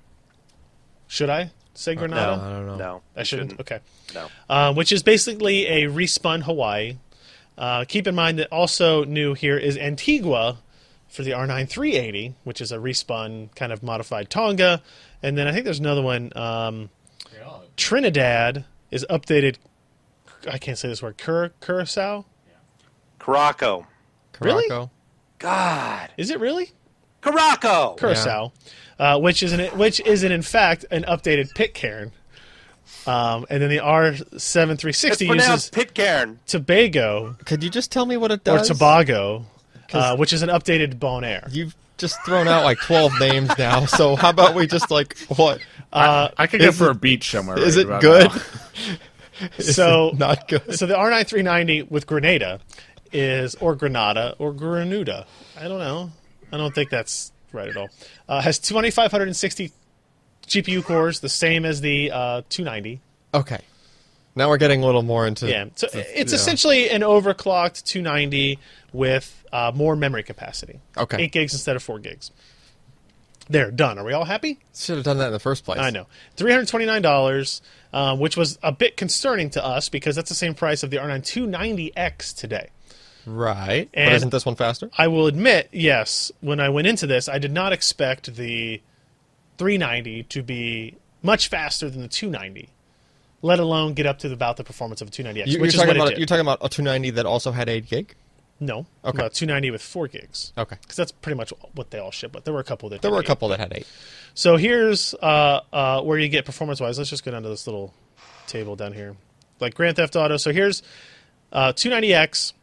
should I say Grenada?
I don't know.
No,
I
you
shouldn't. Okay.
No.
Uh, which is basically a respun Hawaii. Uh, keep in mind that also new here is Antigua for the R9 380, which is a respun kind of modified Tonga. And then I think there's another one. Um, Trinidad is updated. I can't say this word. Cur- Curacao?
Caraco.
Really?
Caraco.
God.
Is it really?
Caraco.
Curacao, uh, which is an which is an, in fact an updated Pitcairn. Um, and then the
it's
R7360 uses
pronounced Pitcairn.
Tobago
Could you just tell me what it
or
does?
Tobago, uh, which is an updated Bonaire.
You've just thrown out like 12 names now. So how about we just like, what?
I could go
is
for
it-
a beach somewhere.
Is
right
it
about
good?
now.
Is
So-
it not good.
So the R9 390 with Grenada is, or Granada, or Granuda. I don't know. I don't think that's right at all. Uh, has 2,560 GPU cores, the same as the uh, 290.
Okay. Now we're getting a little more into.
Yeah. So it's
yeah.
essentially an overclocked 290 with uh, more memory capacity.
Okay.
Eight gigs instead of four gigs. There, done. Are we all happy?
Should have done that in the first place.
I know. $329, um, which was a bit concerning to us because that's the same price of the R9 290X today.
Right.
And-
but isn't this one faster?
I will admit, yes, when I went into this, I did not expect the 390 to be much faster than the 290, let alone get up to about the performance of a 290X,
You,
which
are
is what
talking
it
about
did.
you're talking about a 290 that also had 8 gig.
no,
Okay.
about 290 with 4 gigs.
Okay.
Because that's pretty much what they all ship, but there were a couple that
There were a
didn't.
couple that had 8.
So here's uh, uh, where you get performance wise. Let's just go down to this little table down here, like Grand Theft Auto. So here's uh, 290X.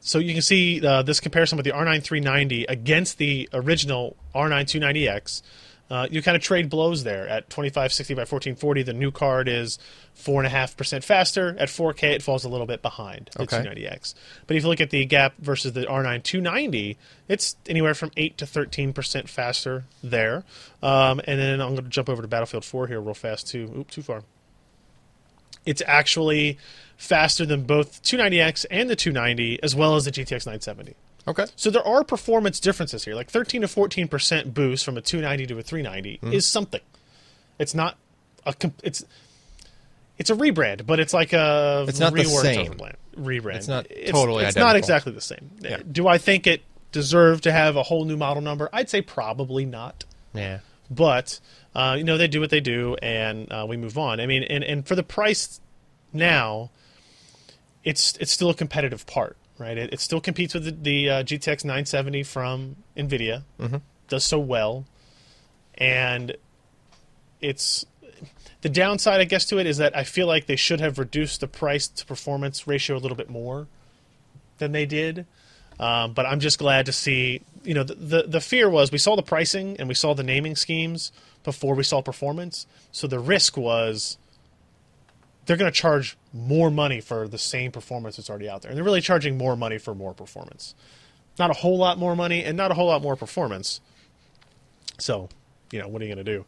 So you can see uh, this comparison with the R9 390 against the original R9 290X. Uh, you kind of trade blows there at 2560 by 1440. The new card is 4.5% faster. At 4K, it falls a little bit behind the
Okay.
290X. But if you look at the gap versus the R9 290, it's anywhere from 8 to 13% faster there. Um, and then I'm going to jump over to Battlefield 4 here real fast, too. Oop, too far. it's actually faster than both 290X and the 290, as well as the GTX 970.
Okay.
So there are performance differences here. Like 13 to 14 percent boost from a 290 to a 390
Hmm.
is something. It's not a com- it's it's a rebrand, but it's like a
It's not the
reworked
same.
overbrand- Rebrand.
It's not totally
It's not
identical.
exactly the same. Do I think it deserved to have a whole new model number? I'd say probably not
Yeah.
but uh, you know they do what they do and uh, we move on i mean and, and for the price now it's it's still a competitive part right it, it still competes with the, the uh, gtx 970 from nvidia does so well and it's the downside i guess to it is that i feel like they should have reduced the price to performance ratio a little bit more than they did um, but I'm just glad to see. You know, the, the the fear was we saw the pricing and we saw the naming schemes before we saw performance. So the risk was they're going to charge more money for the same performance that's already out there, and they're really charging more money for more performance. Not a whole lot more money and not a whole lot more performance. So, you know, what are you going to do?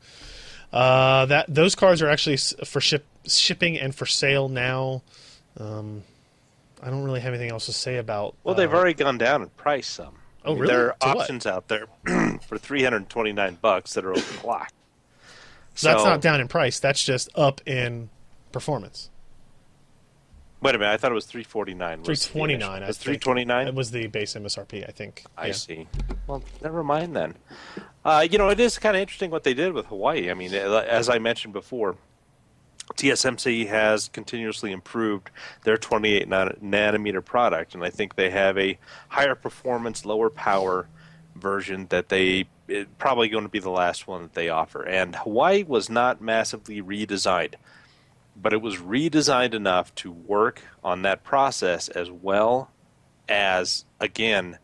Uh, that those cards are actually s- for ship shipping and for sale now. Um, I don't really have anything else to say about.
Well,
uh,
they've already gone down in price some.
Oh, really?
There are
To what?
options out there for 329 bucks that are over the clock.
So that's
So-
not down in price. That's just up in performance.
Wait a minute, I thought it was 349. was the
Three
initial.
twenty nine.
It's 329.
It was the base MSRP, I think.
I
Yeah.
see. Well, never mind then. Uh, you know, it is kind of interesting what they did with Hawaii. I mean, uh, as I mentioned before, TSMC has continuously improved their 28 nan- nanometer product, and I think they have a higher performance, lower power version that they it, probably going to be the last one that they offer. And Hawaii was not massively redesigned, but it was redesigned enough to work on that process as well as again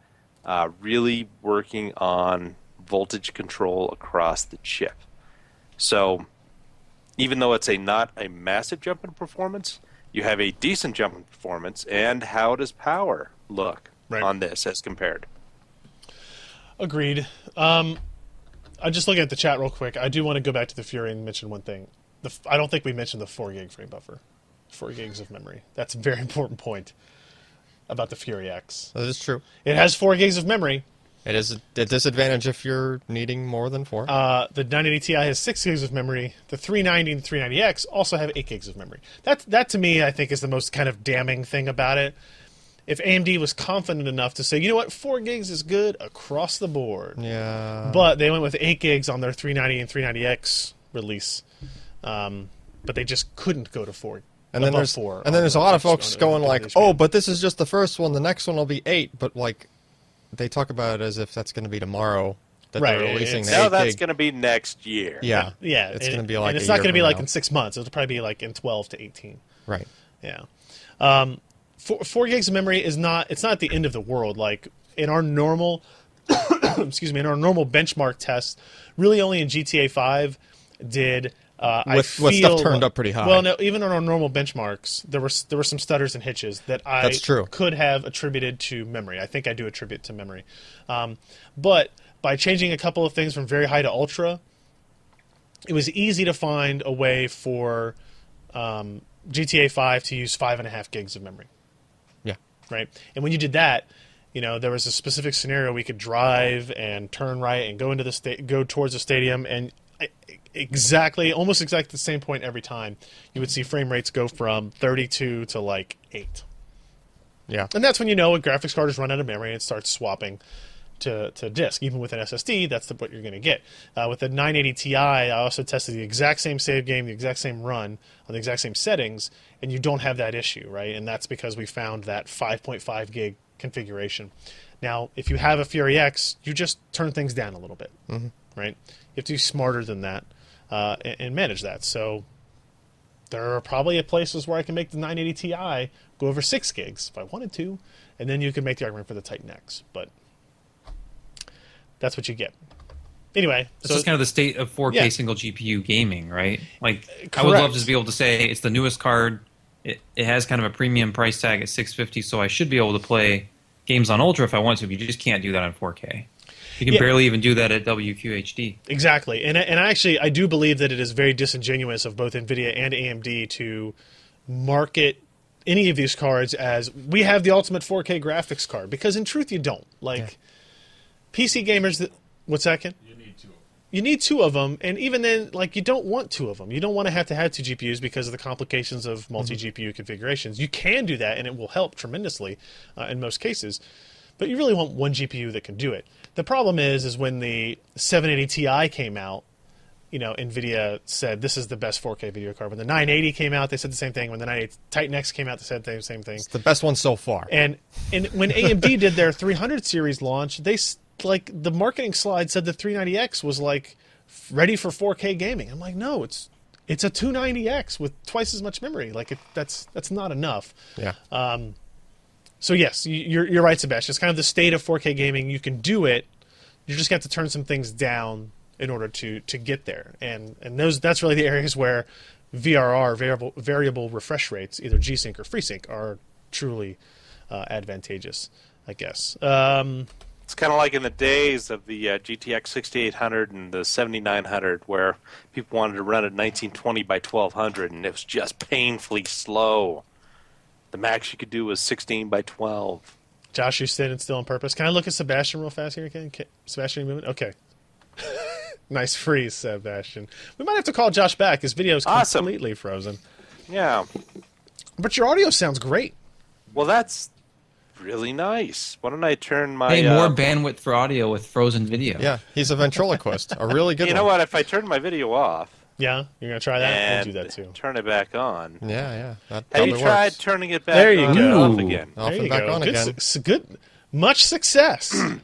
uh, really working on voltage control across the chip. So even though it's a not a massive jump in performance, you have a decent jump in performance. And how does power look
Right.
on this as compared?
Agreed. Um, I'm just looking at the chat real quick. I do want to go back to the Fury and mention one thing. The, f- I don't think we mentioned the four gig frame buffer, four gigs of memory. That's a very important point about the Fury X.
That is true.
It has four gigs of memory.
It is a disadvantage if you're needing more than four.
Uh, the 980 Ti has six gigs of memory. The 390 and 390X also have eight gigs of memory. That that to me, I think, is the most kind of damning thing about it. If AMD was confident enough to say, you know what, four gigs is good across the board,
yeah.
but they went with eight gigs on their 390 and 390X release, um, but they just couldn't go to four.
and then
above
there's
four.
and then
on
there's
the-
a lot of
on
folks
the-
going
on the
like,
HBM.
"Oh, but this is just the first one. The next one will be eight. But like, they talk about it as if that's going to be tomorrow that
Right,
they're releasing
it's-
the
Now
eight
that's
gig.
going to be next year.
yeah,
yeah,
It's
and-
going to be like
and it's
a
not
year
going to be
from
like
now.
in six months. It'll probably be like in 12 to 18.
right.
Yeah. Um, four, four gigs of memory is not it's not the end of the world. Like in our normal excuse me, in our normal benchmark test, really only in GTA five did uh, I
With-
feel,
with stuff turned up pretty high.
Well, no, even on our normal benchmarks, there were s- there were some stutters and hitches that I
That's true.
could have attributed to memory. I think I do attribute to memory, um, but by changing a couple of things from very high to ultra, it was easy to find a way for um, GTA 5 to use five and a half gigs of memory,
Yeah.
right? And when you did that, you know there was a specific scenario we could drive and turn right and go into the sta- go towards the stadium, and I- exactly, almost exactly the same point every time, you would see frame rates go from 32 to like eight,
Yeah.
and that's when you know a graphics card has run out of memory and it starts swapping to, to disk. Even with an SSD, that's the, what you're going to get. Uh, with the 980 Ti, I also tested the exact same save game, the exact same run, on the exact same settings, and you don't have that issue, right? And that's because we found that 5.5 gig configuration. Now, if you have a Fury X, you just turn things down a little bit, right? You have to be smarter than that uh, and, and manage that. So there are probably places where I can make the 980 Ti go over six gigs if I wanted to, and then you can make the argument for the Titan X. But that's what you get. Anyway,
This
so
is kind of the state of 4K
Yeah.
single GPU gaming, right? Like, I would love
correct.
to be able to say it's the newest card. It, it has kind of a premium price tag at 650, so I should be able to play games on Ultra if I want to. But you just can't do that on 4K. You can
Yeah.
barely even do that at WQHD.
exactly, and I- and I actually I do believe that it is very disingenuous of both Nvidia and AMD to market any of these cards as we have the ultimate 4K graphics card because in truth you don't. Like PC gamers that what's that? Ken?
You need to.
you need two of them, and even then, like you don't want two of them. You don't want to have to have two GPUs because of the complications of multi GPU configurations. You can do that, and it will help tremendously uh, in most cases, but you really want one GPU that can do it. The problem is, is when the 780 Ti came out, you know, Nvidia said this is the best 4K video card. When the 980 came out, they said the same thing. When the 980 Titan X came out, they said the same thing.
It's the best one so far.
And and when AMD did their 300 series launch, they s- like the marketing slide said the 390X was like f- ready for 4K gaming. I'm like, no, it's it's a 290X with twice as much memory. Like it, that's that's not enough.
yeah.
So yes, you- you're you're right, Sebastian. It's kind of the state of 4K gaming. You can do it. You just have to turn some things down in order to to get there. And and those that's really the areas where VRR variable variable refresh rates, either G-Sync or FreeSync, are truly uh, advantageous. I guess. Um,
It's kind of like in the days of the uh, GTX 6800 and the 7900, where people wanted to run at 1920 by 1200, and it was just painfully slow. The max you could do was 16 by 12.
Josh, you standing still on purpose. Can I look at Sebastian real fast here again? Can, Sebastian, you moving? Okay. nice freeze, Sebastian. We might have to call Josh back. His video is
Awesome.
completely frozen.
Yeah.
But your audio sounds great.
Well, that's really nice. Why don't I turn my
Hey,
uh,
more bandwidth for audio with frozen video.
yeah. He's a ventriloquist. a really good
you know
one.
what? If I turn my video off
Yeah, you're gonna try that.
and
We'll do that too.
turn it back on,
Yeah, yeah. That
have
probably
you tried
works.
turning it back
There you
on
go.
and off
Ooh.
again?
Off
there
and
you
back
go.
on
good,
again.
su- good, much success.
Uh,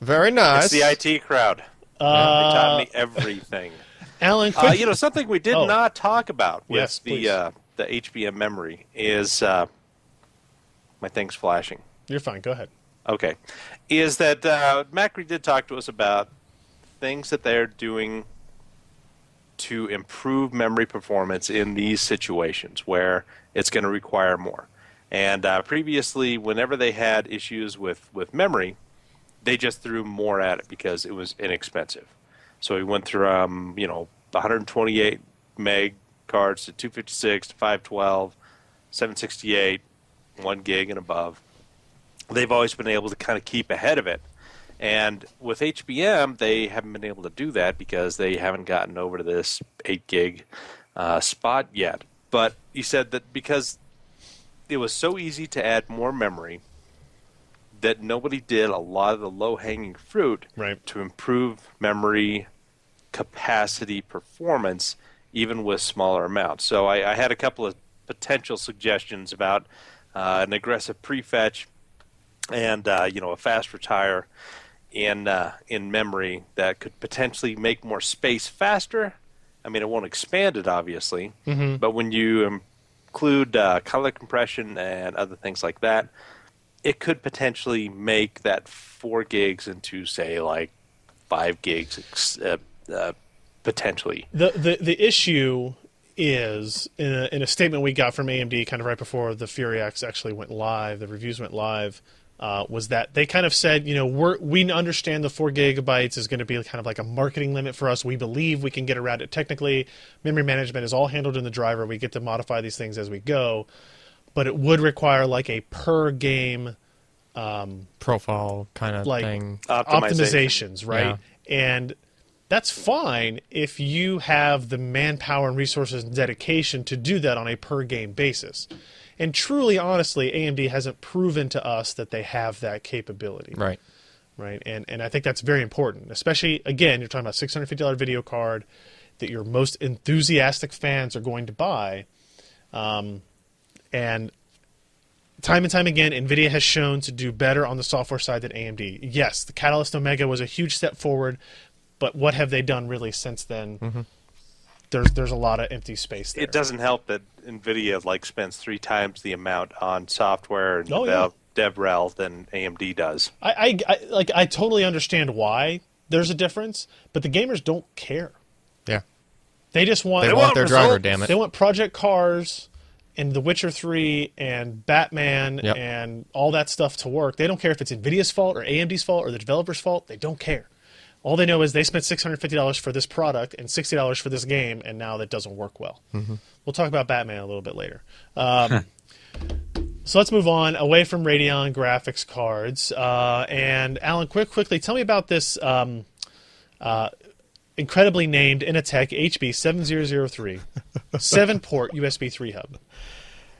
Very nice.
It's the IT crowd. they taught
Uh,
me everything.
Alan,
Uh,
quick,
you know something we did
Oh.
not talk about with
Yes, please.
the uh, the HBM memory is uh, my thing's flashing.
you're fine. Go ahead.
Okay, is that uh, Macri did talk to us about things that they're doing to improve memory performance in these situations where it's going to require more. And uh, previously, whenever they had issues with with memory, they just threw more at it because it was inexpensive. So we went through, um, you know, 128 meg cards to 256 to 512, 768, one gig and above. They've always been able to kind of keep ahead of it. And with HBM, they haven't been able to do that because they haven't gotten over to this 8 gig uh, spot yet. But he said that because it was so easy to add more memory, that nobody did a lot of the low hanging fruit
Right.
to improve memory capacity performance, even with smaller amounts. So I, I had a couple of potential suggestions about uh, an aggressive prefetch and uh, you know a fast retire in uh, in memory that could potentially make more space faster. I mean, it won't expand it obviously, but when you include uh, color compression and other things like that, it could potentially make that four gigs into say like five gigs ex- uh, uh, potentially.
the the the issue is in a, in a statement we got from AMD kind of right before the Fury X actually went live, the reviews went live, uh, was that they kind of said, you know, we're, we understand the four gigabytes is going to be kind of like a marketing limit for us. We believe we can get around it technically. Memory management is all handled in the driver. We get to modify these things as we go, but it would require like a per game
Profile kind of
like
thing.
Optimization.
optimizations, right? And that's fine if you have the manpower and resources and dedication to do that on a per game basis. And truly, honestly, AMD hasn't proven to us that they have that capability
Right.
right? And and I think that's very important, especially again, you're talking about six hundred fifty dollar video card that your most enthusiastic fans are going to buy, um, and time and time again, Nvidia has shown to do better on the software side than AMD. Yes, the Catalyst Omega was a huge step forward, but what have they done really since then? There's there's a lot of empty space there.
It doesn't help that Nvidia like spends three times the amount on software and
Oh,
dev- DevRel than AMD does.
I, I, I like I totally understand why there's a difference, but the gamers don't care.
Yeah.
They just want
They, want, their driver, damn it.
They want Project Cars and The Witcher 3 and Batman
Yep.
and all that stuff to work. They don't care if it's NVIDIA's fault or AMD's fault or the developer's fault. They don't care. All they know is they spent $650 for this product and $60 for this game, and now that doesn't work well.
Mm-hmm.
We'll talk about Batman a little bit later. Um, so let's move on away from Radeon graphics cards. Uh, and Alan, quick, quickly, tell me about this um, uh, incredibly named Inatech HB7003 7 port USB 3 hub oh.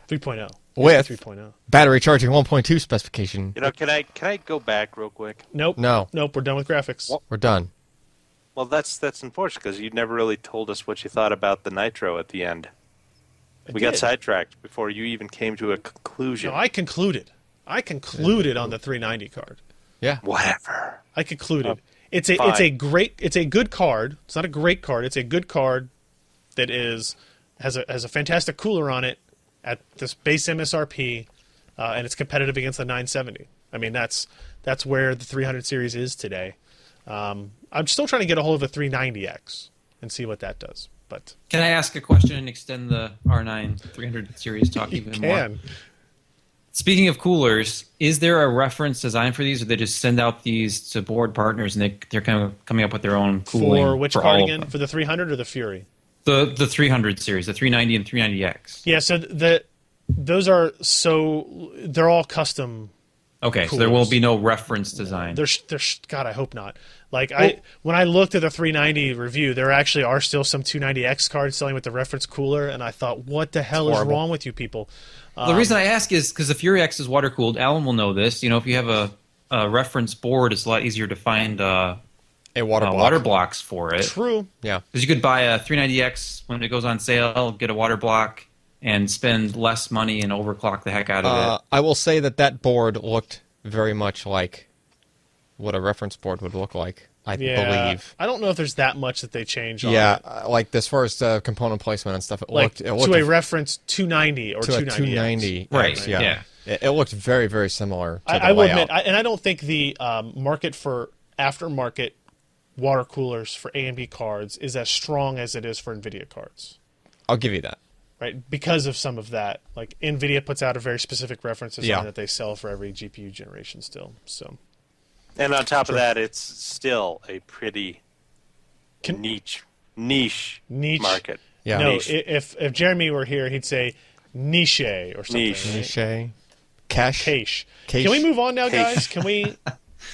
3.0.
With-
3.0.
Battery charging 1.2 specification.
You know, can I can I go back real quick?
Nope.
No.
Nope. We're done with graphics.
What?
We're done.
Well, that's that's unfortunate because you never really told us what you thought about the nitro at the end.
I
we
did.
got sidetracked before you even came to a conclusion.
No, I concluded. I concluded on the 390 card.
Yeah.
Whatever.
I concluded. It's a it's
fine.
a great it's a good card. It's not a great card. It's a good card that is has a has a fantastic cooler on it at this base MSRP, uh, and it's competitive against the 970. I mean that's that's where the 300 series is today. Um, I'm still trying to get a hold of a 390X and see what that does, but
Can I ask a question and extend the R9 300 series talk even more?
can
Speaking of coolers, is there a reference design for these, or they just send out these to board partners and they, they're kind of coming up with their own cooling
for which
for
card
all of
again?
them?
For the 300 or the Fury?
The the 300 series, the 390 and 390X.
Yeah, so th- the those are so they're all custom.
Okay, so there will
Coolers.
be no reference design.
They're sh- they're sh- God, I hope not. Like I when I looked at the 390 review, there actually are still some 290X cards selling with the reference cooler, and I thought, what the hell is
horrible.
wrong with you people?
the reason
um,
I ask is because the Fury X is water cooled. Alan will know this. You know, if you have a, a reference board, it's a lot easier to find uh,
A water
uh,
block.
water blocks for it.
True.
Yeah.
Because you could buy a 390X when it goes on sale, get a water block, and spend less money and overclock the heck out of
Uh,
it.
I will say that that board looked very much like what a reference board would look like. I
Yeah.
believe.
I don't know if there's that much that they change. On
Yeah,
it.
uh, like as far as uh, component placement and stuff, it
Like
looked it looked
to a reference 290 or
to a
290X.
290.
Right,
Yeah,
yeah.
It, it looked very very similar. To
I,
the
I will
layout.
admit, I, and I don't think the um, market for aftermarket water coolers for AMD cards is as strong as it is for NVIDIA cards.
I'll give you that.
right? Because of some of that, like Nvidia puts out a very specific reference design
Yeah.
that they sell for every GPU generation still. So
And on top of that, it's still a pretty
Can-
niche niche
Niche.
market.
Yeah.
no,
Niche.
i- if if Jeremy were here, he'd say niche or something. right?
Niche.
Niche, cash.
Cache.
Cache.
Can we move on now,
Cache.
guys? Can we?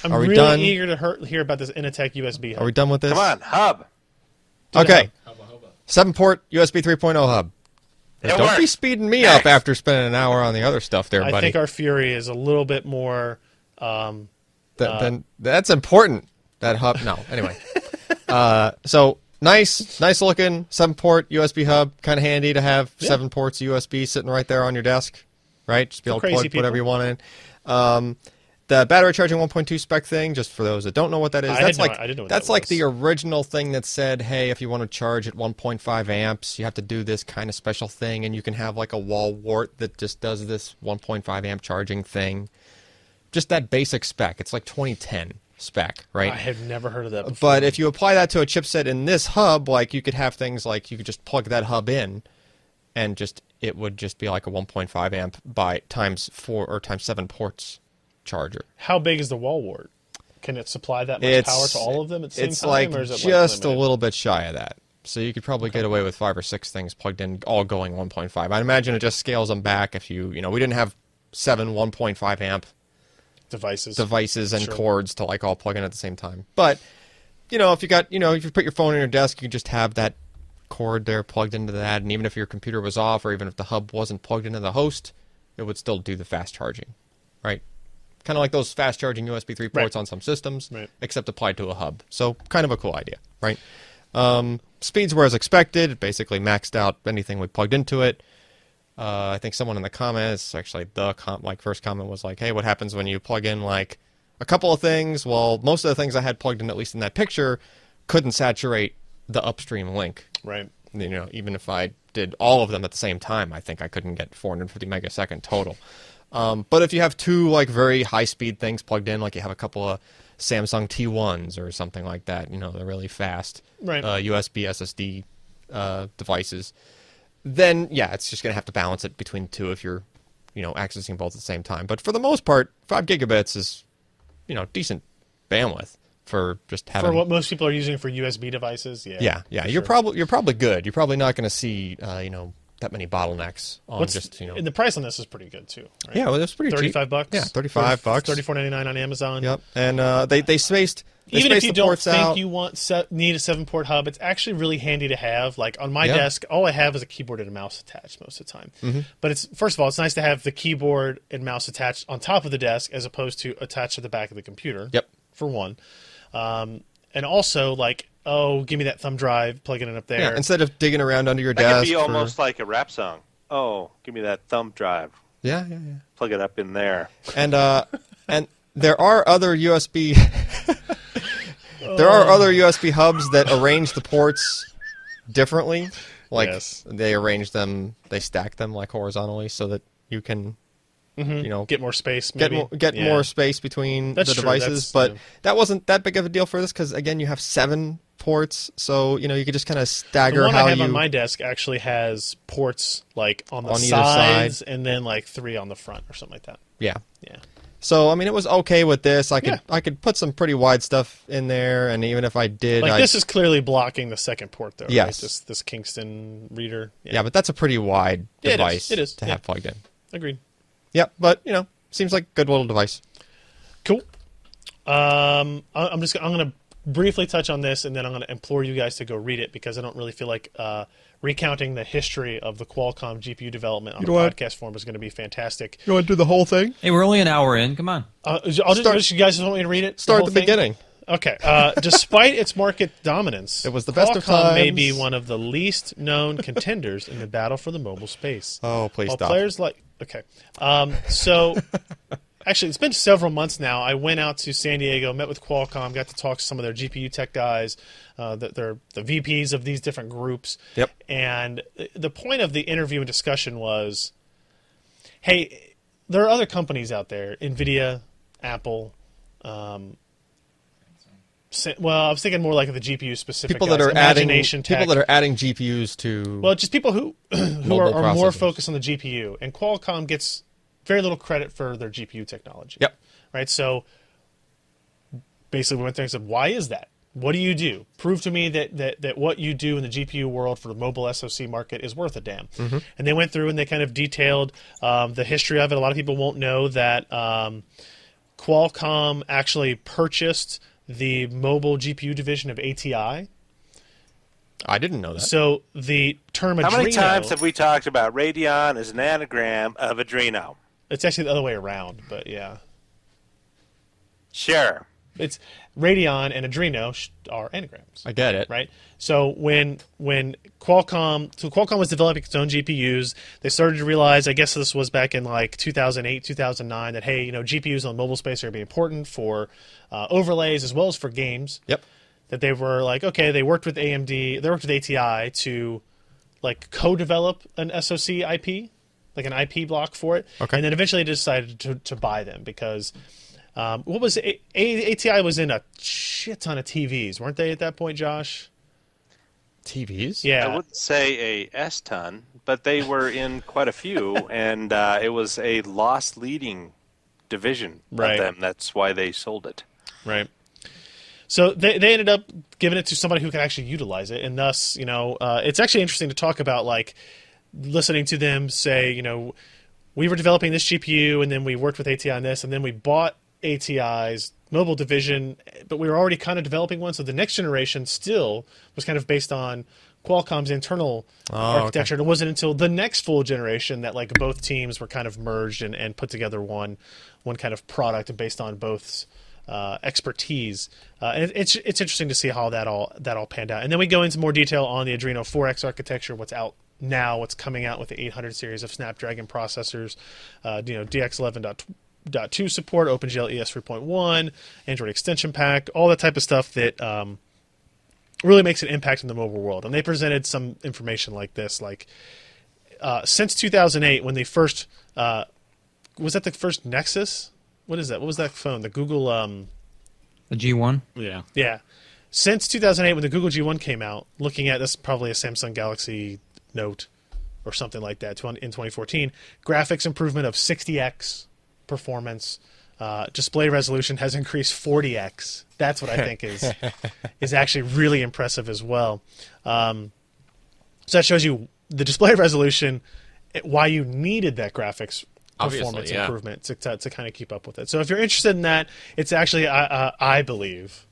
I'm
Are we
really
done?
eager to hear, hear about this Inatech USB.
Are we done with this?
Come on, hub.
Okay. Seven port USB 3.0 hub.
It
Don't be
works.
speeding me up
Next.
after spending an hour on the other stuff there,
I
buddy.
think our Fury is a little bit more. Um,
Th- then that's important. That hub. No, anyway. uh, so nice, nice looking seven port USB hub. Kind of handy to have seven ports USB sitting right there on your desk, right? Just be able to
crazy
plug whatever
people.
you want in. Um, the battery charging 1.2 spec thing, just for those that don't know what that is,
I had
that's
no-
like
I didn't know what
that's
that
like
was.
the original thing that said, hey, if you want to charge at 1.5 amps, you have to do this kind of special thing, and you can have like a wall wart that just does this 1.5 amp charging thing. Just that basic spec. It's like 2010 spec, right?
I have never heard of that. Before.
But if you apply that to a chipset in this hub, like you could have things like you could just plug that hub in, and just it would just be like a 1.5 amp by times four or times seven ports charger.
How big is the wall wart? Can it supply that much
It's
power to all of them at the same
it's
time?
like
or is it like,
just a
limited?
little bit shy of that. So you could probably get away with five or six things plugged in, all going 1.5. I imagine it just scales them back if you you know we didn't have seven 1.5 amp
devices.
devices and
Sure.
cords to like all plug in at the same time. But you know, if you got you know, if you put your phone on your desk, you can just have that cord there plugged into that, and even if your computer was off, or even if the hub wasn't plugged into the host, it would still do the fast charging, right? Kind of like those fast charging USB three ports
Right.
on some systems,
Right.
except applied to a hub. So kind of a cool idea, right? Um, speeds were as expected. It basically maxed out anything we plugged into it. Uh, I think someone in the comments, actually the com- like first comment was like, "Hey, what happens when you plug in like a couple of things?" Well, most of the things I had plugged in, at least in that picture, couldn't saturate the upstream link.
right.
You know, even if I did all of them at the same time, I think I couldn't get 450 megasecond total. Um, but if you have two like very high speed things plugged in, like you have a couple of Samsung T1s or something like that, you know, they're really fast
Right.
uh, USB SSD uh, devices then yeah, it's just gonna have to balance it between the two if you're, you know, accessing both at the same time. But for the most part, five gigabits is, you know, decent bandwidth for just having
For what most people are using for USB devices, yeah.
e- yeah yeah you're probably you're probably good you're probably not going to see uh, you know that many bottlenecks on
What's,
just you know
and the price on this is pretty good too. Right?
yeah well, that's pretty cheap.
thirty-five bucks.
yeah 35 bucks
Thirty-four ninety-nine on Amazon.
yep and uh, they they spaced they
Even
spaced
if you
the
don't
ports
think
out.
you want se- need a seven-port hub, it's actually really handy to have. Like on my
Yeah. Mm-hmm.
desk, all I have is a keyboard and a mouse attached most of the time. But it's first of all, it's nice to have the keyboard and mouse attached on top of the desk as opposed to attached to the back of the computer.
Yep.
For one, um, and also like, oh, give me that thumb drive, plug it in up there.
yeah, instead of digging around under your
That
desk
could be
for-
almost like a rap song. Oh, give me that thumb drive.
yeah yeah yeah
Plug it up in there.
and uh, and there are other USB. there are other USB hubs that arrange the ports differently. Like
Yes.
they arrange them, they stack them like horizontally so that you can,
Mm-hmm.
you know,
get more space.
get
Maybe.
more, get
Yeah.
more space between
That's
the
true, that's-
devices. But
yeah.
that wasn't that big of a deal for this because again, you have seven ports, so you know you could just kind of
The
stagger
one
how
I have
you.
on my desk actually has ports like on the
On either
sides and then like three on the front or something like that.
yeah,
Yeah.
So I mean, it was okay with this. I could
Yeah.
I could put some pretty wide stuff in there, and even if I did,
Like
I,
this is clearly blocking the second port though. Right?
Yes.
This this Kingston reader. Yeah.
yeah, but that's a pretty wide
Yeah, it is.
device
It is,
to
yeah.
have plugged in.
Agreed.
Yep, but you know, seems like a good little device.
Cool. Um, I- I'm just I'm gonna briefly touch on this and then I'm gonna implore you guys to go read it because I don't really feel like uh, recounting the history of the Qualcomm GPU development on
know
a
what?
podcast form is going to be fantastic.
You want to do the whole thing?
Hey, we're only an hour in. Come on.
Uh, I'll just,
Start-
you guys just want me to read it? the
Start at
whole
the
thing?
beginning.
Okay. Uh, despite its market dominance,
It was the best of
Qualcomm may
times.
be one of the least known contenders in the battle for the mobile space.
Oh, please
While
stop.
players like okay, um, so actually, it's been several months now. I went out to San Diego, met with Qualcomm, got to talk to some of their GPU tech guys, uh, that they're the VPs of these different groups.
Yep.
And th- the point of the interview and discussion was, hey, there are other companies out there, Nvidia, Apple. Um, Sa- well, I was thinking more like the GPU specific
People
guys,
that are adding
imagination
people
tech.
that are adding GPUs to
Well, just people who who
Mobile
are, are more
processors.
focused on the GPU, and Qualcomm gets very little credit for their GPU technology.
Yep.
Right. So basically, we went there and said, "Why is that? What do you do? Prove to me that that, that what you do in the GPU world for the mobile SoC market is worth a damn."
Mm-hmm.
And they went through and they kind of detailed um, the history of it. A lot of people won't know that. Um, Qualcomm actually purchased the mobile GPU division of ATI.
I didn't know that.
So the term
How many
Adreno-
times have we talked about Radeon is an anagram of Adreno?
It's actually the other way around, but yeah.
Sure.
It's Radeon and Adreno sh- are anagrams,
I get it.
right? So when when Qualcomm so Qualcomm was developing its own GPUs, they started to realize, I guess this was back in like 2008, 2009, that hey, you know, GPUs on mobile space are going to be important for uh, overlays as well as for games.
Yep.
That they were like, okay, they worked with AMD, they worked with ATI to like co-develop an SoC IP, like an IP block for it.
Okay.
And then eventually they decided to, to buy them because um, what was A- A- ATI was in a shit ton of TVs, weren't they at that point, Josh?
TVs.
I
Yeah.
wouldn't say a S ton, but they were in quite a few, and uh, it was a loss leading division
Right.
of them. That's why they sold it.
Right. So they, they ended up giving it to somebody who can actually utilize it, and thus, you know, uh, it's actually interesting to talk about, like listening to them say, you know, we were developing this GPU, and then we worked with ATI on this, and then we bought ATI's mobile division, but we were already kind of developing one, so the next generation still was kind of based on Qualcomm's internal architecture. And it wasn't until the next full generation that like both teams were kind of merged and, and put together one one kind of product based on both's uh, expertise. Uh, and it- it's it's interesting to see how that all that all panned out. And then we go into more detail on the Adreno 4X architecture, what's out now, what's coming out with the 800 series of Snapdragon processors, uh, you know DX11.2 support, OpenGL E ES 3.1, Android Extension Pack, all that type of stuff that. Um, really makes an impact in the mobile world. And they presented some information like this, like uh, since 2008, when they first uh, was that the first Nexus? What is that? What was that phone? The Google, um,
The G1.
Yeah.
yeah. Since 2008, when the Google G1 came out, looking at this probably a Samsung Galaxy Note or something like that twen- in 2014, graphics improvement of 60x performance. uh, display resolution has increased 40x. That's what I think is is actually really impressive as well. Um, so that shows you the display resolution, eh, why you needed that graphics
Obviously,
performance
yeah.
improvement to, to, to kind of keep up with it. So if you're interested in that, it's actually, I, uh, I believe,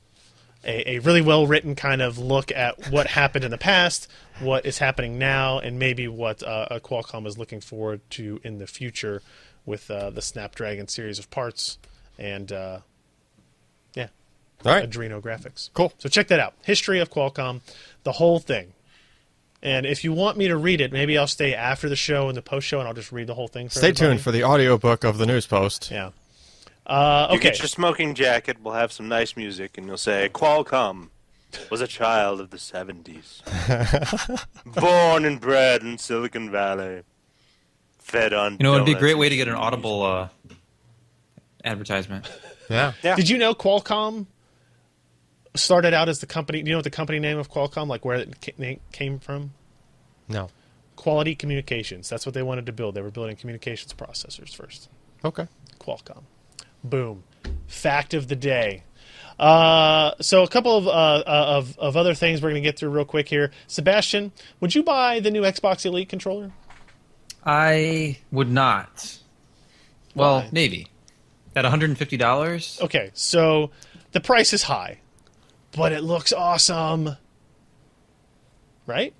a, a really well written kind of look at what happened in the past, what is happening now, and maybe what uh, uh, Qualcomm is looking forward to in the future with uh, the Snapdragon series of parts and uh, yeah,
All right.
Adreno graphics.
Cool.
So check that out. History of Qualcomm, the whole thing. And if you want me to read it, maybe I'll stay after the show and the post show, and I'll just read the whole thing. For
Stay
everybody.
tuned for the audiobook of the news post.
yeah. Uh,
You
okay.
get your smoking jacket. We'll have some nice music, and you'll say, "Qualcomm was a child of the '70s, born and bred in Silicon Valley, fed on."
You know, it'd be a
donuts
great
and
way to get an
cheese."
Audible uh, advertisement.
Yeah.
Did you know Qualcomm started out as the company? Do you know what the company name of Qualcomm, like where it ca- na- came from?
No.
Quality Communications. That's what they wanted to build. They were building communications processors first.
Okay.
Qualcomm. Boom. Fact of the day. Uh, so a couple of, uh, uh, of of other things we're going to get through real quick here. Sebastian, would you buy the new Xbox Elite controller?
I would not. Well, maybe. At $150?
Okay, so the price is high, but it looks awesome, right?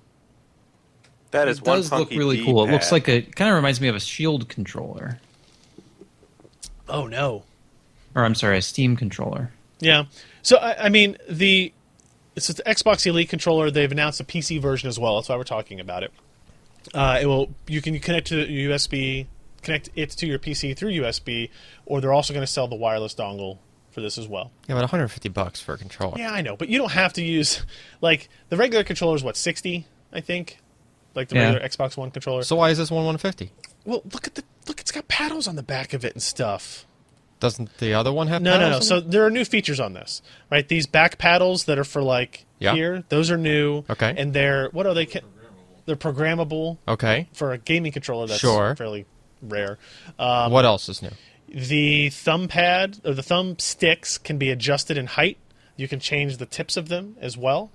That is
It
one
does look
funky
really cool. It looks
D-pad.
like a kind of reminds me of a Shield controller,
Oh no,
or I'm sorry, a Steam controller.
Yeah. So I, I mean the it's the Xbox Elite controller. They've announced a PC version as well. That's why we're talking about it. Uh, it will you can connect to the USB, connect it to your PC through USB, or they're also going to sell the wireless dongle for this as well.
Yeah, but 150 bucks for a controller.
Yeah, I know, but you don't have to use like the regular controller is what sixty, I think, like the
Yeah.
regular Xbox One controller.
So why is this one 150?
well, look at the look. It's got paddles on the back of it and stuff.
Doesn't the other one have?
No, no, no.
paddles
So
in it?
there are new features on this, right? These back paddles that are for like
Yeah.
here, those are new.
Okay.
And they're what are they? ca- They're programmable
okay.
for a gaming controller. That's
Sure.
fairly rare. Um,
what else is new?
The thumb pad or the thumb sticks can be adjusted in height. You can change the tips of them as well.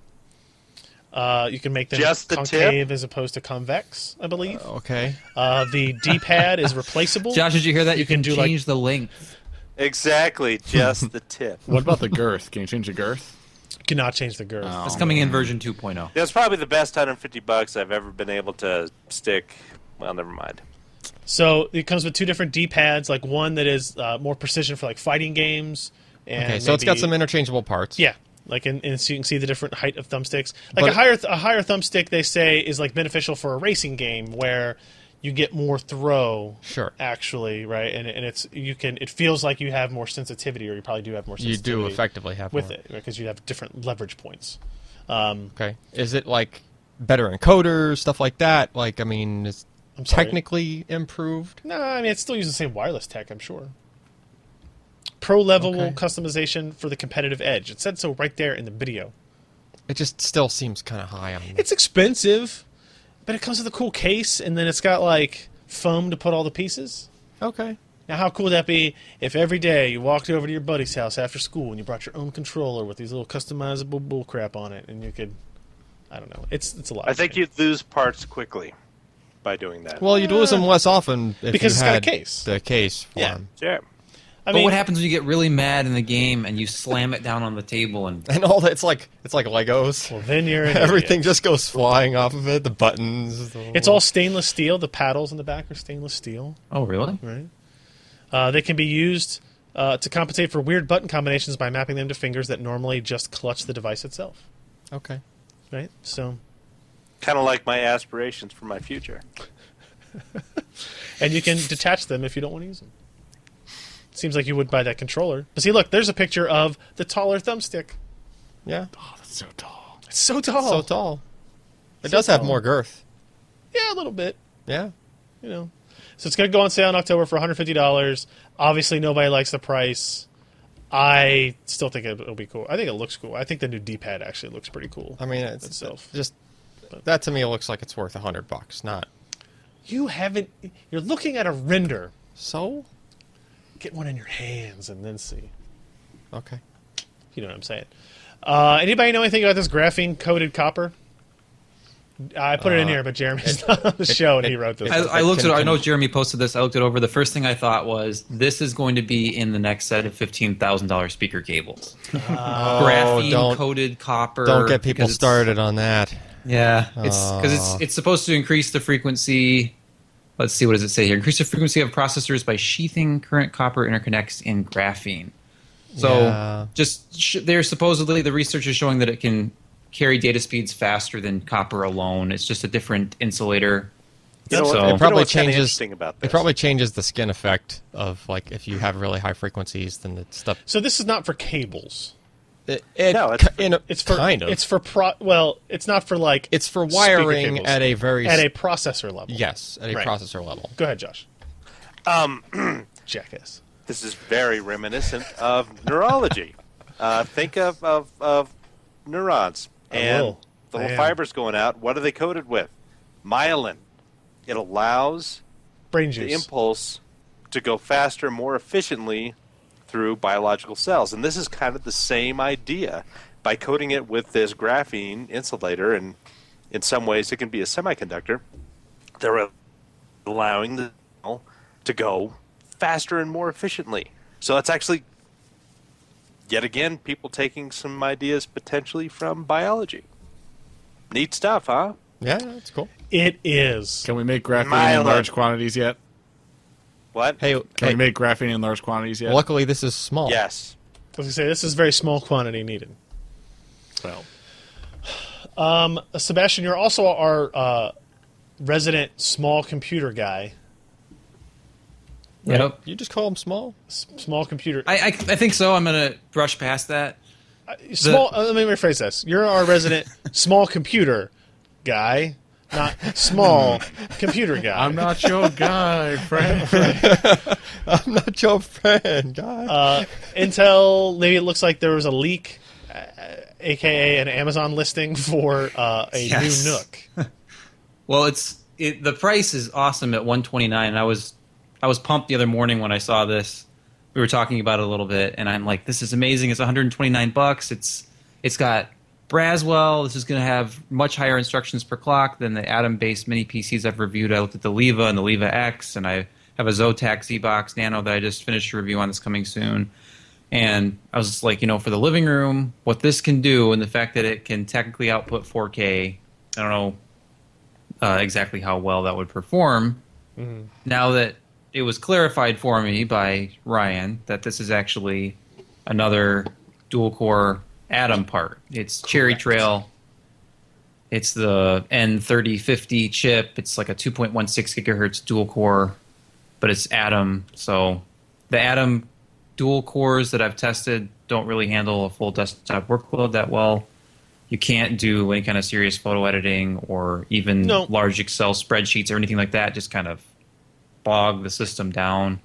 Uh, you can make them
Just the tip?
concave as opposed to convex, I believe.
Okay.
Uh, the D-pad is replaceable.
Josh, did you hear that? You,
can
can,
do, like-
change the length.
exactly just the tip.
What about the girth? Can you change the girth?
Cannot change the
Oh.
girth.
That's coming in version oh. 2.0.
That's probably the best 150 bucks I've ever been able to stick. Well, never mind.
So it comes with two different D pads, like one that is uh, more precision for like fighting games. And
Okay. So it's got
maybe-
some interchangeable parts.
yeah, like and, and so you can see the different height of thumbsticks. Like
But-
a higher th- a higher thumbstick, they say is like beneficial for a racing game where you get more throw.
Sure.
Actually, right, and and it's you can it feels like you have more sensitivity, or you probably do have more.
You
sensitivity
do effectively have
with
more.
it because you have different leverage points.
Okay. Is it like better encoders, stuff like that? Like, I mean, is
sorry.
technically improved?
No, I mean it still uses the same wireless tech, I'm sure. Pro level
Okay.
customization for the competitive edge. It said so right there in the video.
It just still seems kind of high on.
It's expensive, but it comes with a cool case, and then it's got like foam to put all the pieces.
Okay.
Now, how cool would that be if every day you walked over to your buddy's house after school and you brought your own controller with these little customizable bullcrap on it, and you could, I don't know, it's it's a lot.
I
of
think
money.
you'd lose parts quickly by doing that.
Well, you'd lose them less often if
Because
you
it's got a
had
case.
The case for
Yeah.
'em.
sure.
I
but
mean,
what happens when you get really mad in the game and you slam it down on the table and
and all that. It's like it's like Legos.
Well, then you're an
Everything
idiot.
just goes flying off of it. The buttons. the
It's all stainless steel. The paddles in the back are stainless steel.
oh really?
right? Uh, they can be used uh, to compensate for weird button combinations by mapping them to fingers that normally just clutch the device itself,
okay.
right? So,
Kind of like my aspirations for my future.
and you can detach them if you don't want to use them. Seems like you would buy that controller. But see, look, there's a picture of the taller thumbstick.
Yeah.
Oh, that's so tall.
It's so tall.
So tall. It
So
does have
tall.
more girth.
yeah, a little bit,
Yeah.
you know. So it's going to go on sale in October for $150. Obviously, nobody likes the price. I still think it- it'll be cool. I think it looks cool. I think the new D-pad actually looks pretty cool.
I mean, it's
Itself.
just that to me looks like it's worth a hundred bucks. Not
you haven't. You're looking at a render.
so.
Get one in your hands and then see.
Okay.
You know what I'm saying. Uh, anybody know anything about this graphene coated copper? I put it
Uh,
in here, but Jeremy's not on the show, and he wrote this.
I,
It's
I
like
looked
Tim
at. I know
Tam-
Jeremy posted this. I looked it over. The first thing I thought was, "This is going to be in the next set of fifteen thousand dollars speaker cables, Oh, graphene
Oh, don't-
coated copper."
Don't get people
because it's-
started Oh. on that.
Yeah, it's because it's it's supposed to increase the frequency. Let's see, what does it say here? Increase the frequency of processors by sheathing current copper interconnects in graphene. So,
Yeah.
just sh- they're supposedly the research is showing that it can carry data speeds faster than copper alone. It's just a different insulator.
You know what?
So-
You know
It probably
what's kinda
changes.
interesting about
It
this?
probably changes the skin effect of like if you have really high frequencies, then the stuff.
so this is not for cables.
It, it,
No, it's-
ki- in a-
It's for
kind of.
It's for pro. Well, it's not for like
It's for
speaker
wiring
cables.
at a very
at
s-
a processor level.
yes at a
Right.
processor level.
Go ahead, Josh.
Um,
Jackass.
this is very reminiscent of neurology. Uh, think of, of, of neurons
I
and
will.
the
I
little
am.
fibers going out. What are they coated with? Myelin. It allows
Brain
the
juice.
impulse to go faster, more efficiently through biological cells. And this is kind of the same idea by coating it with this graphene insulator, and in some ways it can be a semiconductor. They're allowing the cell to go faster and more efficiently. So that's actually, yet again, people taking some ideas potentially from biology. Neat stuff, huh?
Yeah, that's cool.
it is.
Can we make graphene
Myelin.
in large quantities yet?
What?
Hey,
Can
hey,
we make graphene in large quantities yet?
luckily this is small.
Yes.
As I say, this is very small quantity needed.
Well,
Uh, Sebastian, you're also our uh, resident small computer guy.
Yep.
You just call them small.
S- small computer.
I, I I think so. I'm gonna brush past that.
small. uh, let me rephrase this. You're our resident small computer guy, not small computer guy.
I'm not your guy, friend.
I'm not your friend, guys.
uh, Intel. Maybe it looks like there was a leak, uh, aka an Amazon listing for uh, a
Yes.
new Nook.
Well, it's it, the price is awesome at 129. And I was I was pumped the other morning when I saw this. We were talking about it a little bit, and I'm like, "This is amazing! It's 129 bucks. It's it's got Braswell. This is going to have much higher instructions per clock than the Atom-based mini PCs I've reviewed. I looked at the Leva and the Leva X, and I have a Zotac ZBox Nano that I just finished a review on. That's coming soon. And I was just like, you know, for the living room, what this can do, and the fact that it can technically output 4K. I don't know uh, exactly how well that would perform. Now that it was clarified for me by Ryan that this is actually another dual core Atom part. It's Cherry Trail. It's the N3050 chip. It's like a 2.16 gigahertz dual core, but it's Atom. So the Atom dual cores that I've tested don't really handle a full desktop workload that well you can't do any kind of serious photo editing or even
No.
large Excel spreadsheets or anything like that. Just kind of bog the system down.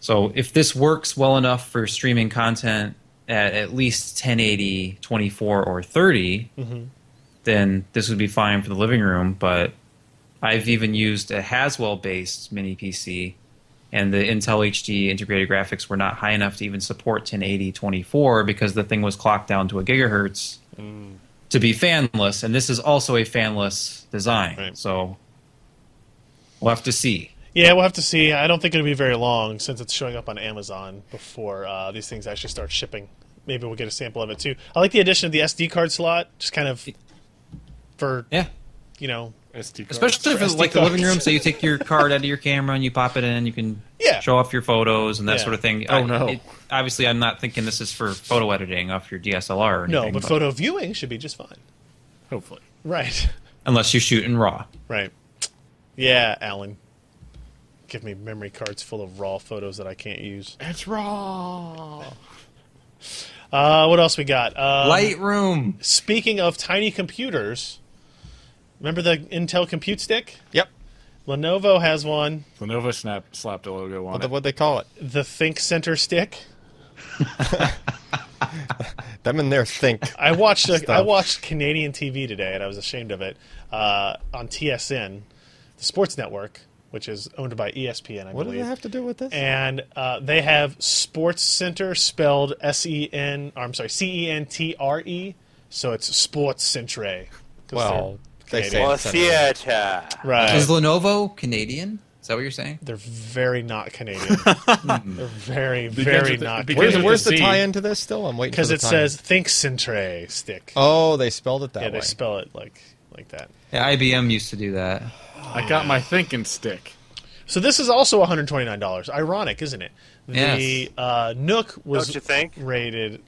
So if this works well enough for streaming content at at least 1080, 24, or 30, then this would be fine for the living room. But I've even used a Haswell-based mini PC, and the Intel HD integrated graphics were not high enough to even support 1080, 24 because the thing was clocked down to a gigahertz to be fanless, and this is also a fanless design.
Right.
So we'll have to see.
Yeah, we'll have to see. I don't think it'll be very long since it's showing up on Amazon before uh, these things actually start shipping. Maybe we'll get a sample of it too. I like the addition of the SD card slot, just kind of for
Yeah.
you know.
SD card.
Especially if it's
SD
like the living
cards.
room, so you take your card out of your camera and you pop it in, you can
Yeah.
show off your photos and that
Yeah.
sort of thing.
Oh,
I-
no.
it- obviously, I'm not thinking this is for photo editing off your DSLR or anything.
No, but photo viewing should be just fine.
Hopefully.
Right,
Unless you shoot in RAW.
right. Yeah, Alan. Give me memory cards full of raw photos that I can't use.
It's raw.
Uh, what else we got? Um,
Lightroom.
Speaking of tiny computers, remember the Intel Compute Stick?
yep.
Lenovo has one.
Lenovo snap slapped a logo on
What
it.
what they call it?
The Think Center Stick.
Them and their think.
I watched a, I watched Canadian TV today, and I was ashamed of it. Uh, on TSN, the sports network, which is owned by E ESPN, I
What does
believe.
it have to do with this?
and uh, they have Sports Center spelled S E N. I'm sorry, C E N T R E. So it's Sports Centre. 'cause
well, they say
Or
it's Central.
theater.
they're- right.
Is Lenovo Canadian? Is that what you're saying?
They're very not Canadian. They're very,
Begins
very
with the-
not.
begins
Where's,
with
where's the
Z.
tie into this still? I'm waiting for
Because
the
it
tie-in.
says Think Centre stick.
Oh, they spelled it that
yeah,
way.
they spell it like like that.
Yeah, IBM used to do that.
I got my thinking stick.
So this is also $129. Ironic, isn't it? The
Yes.
uh, Nook was
Don't you think?
rated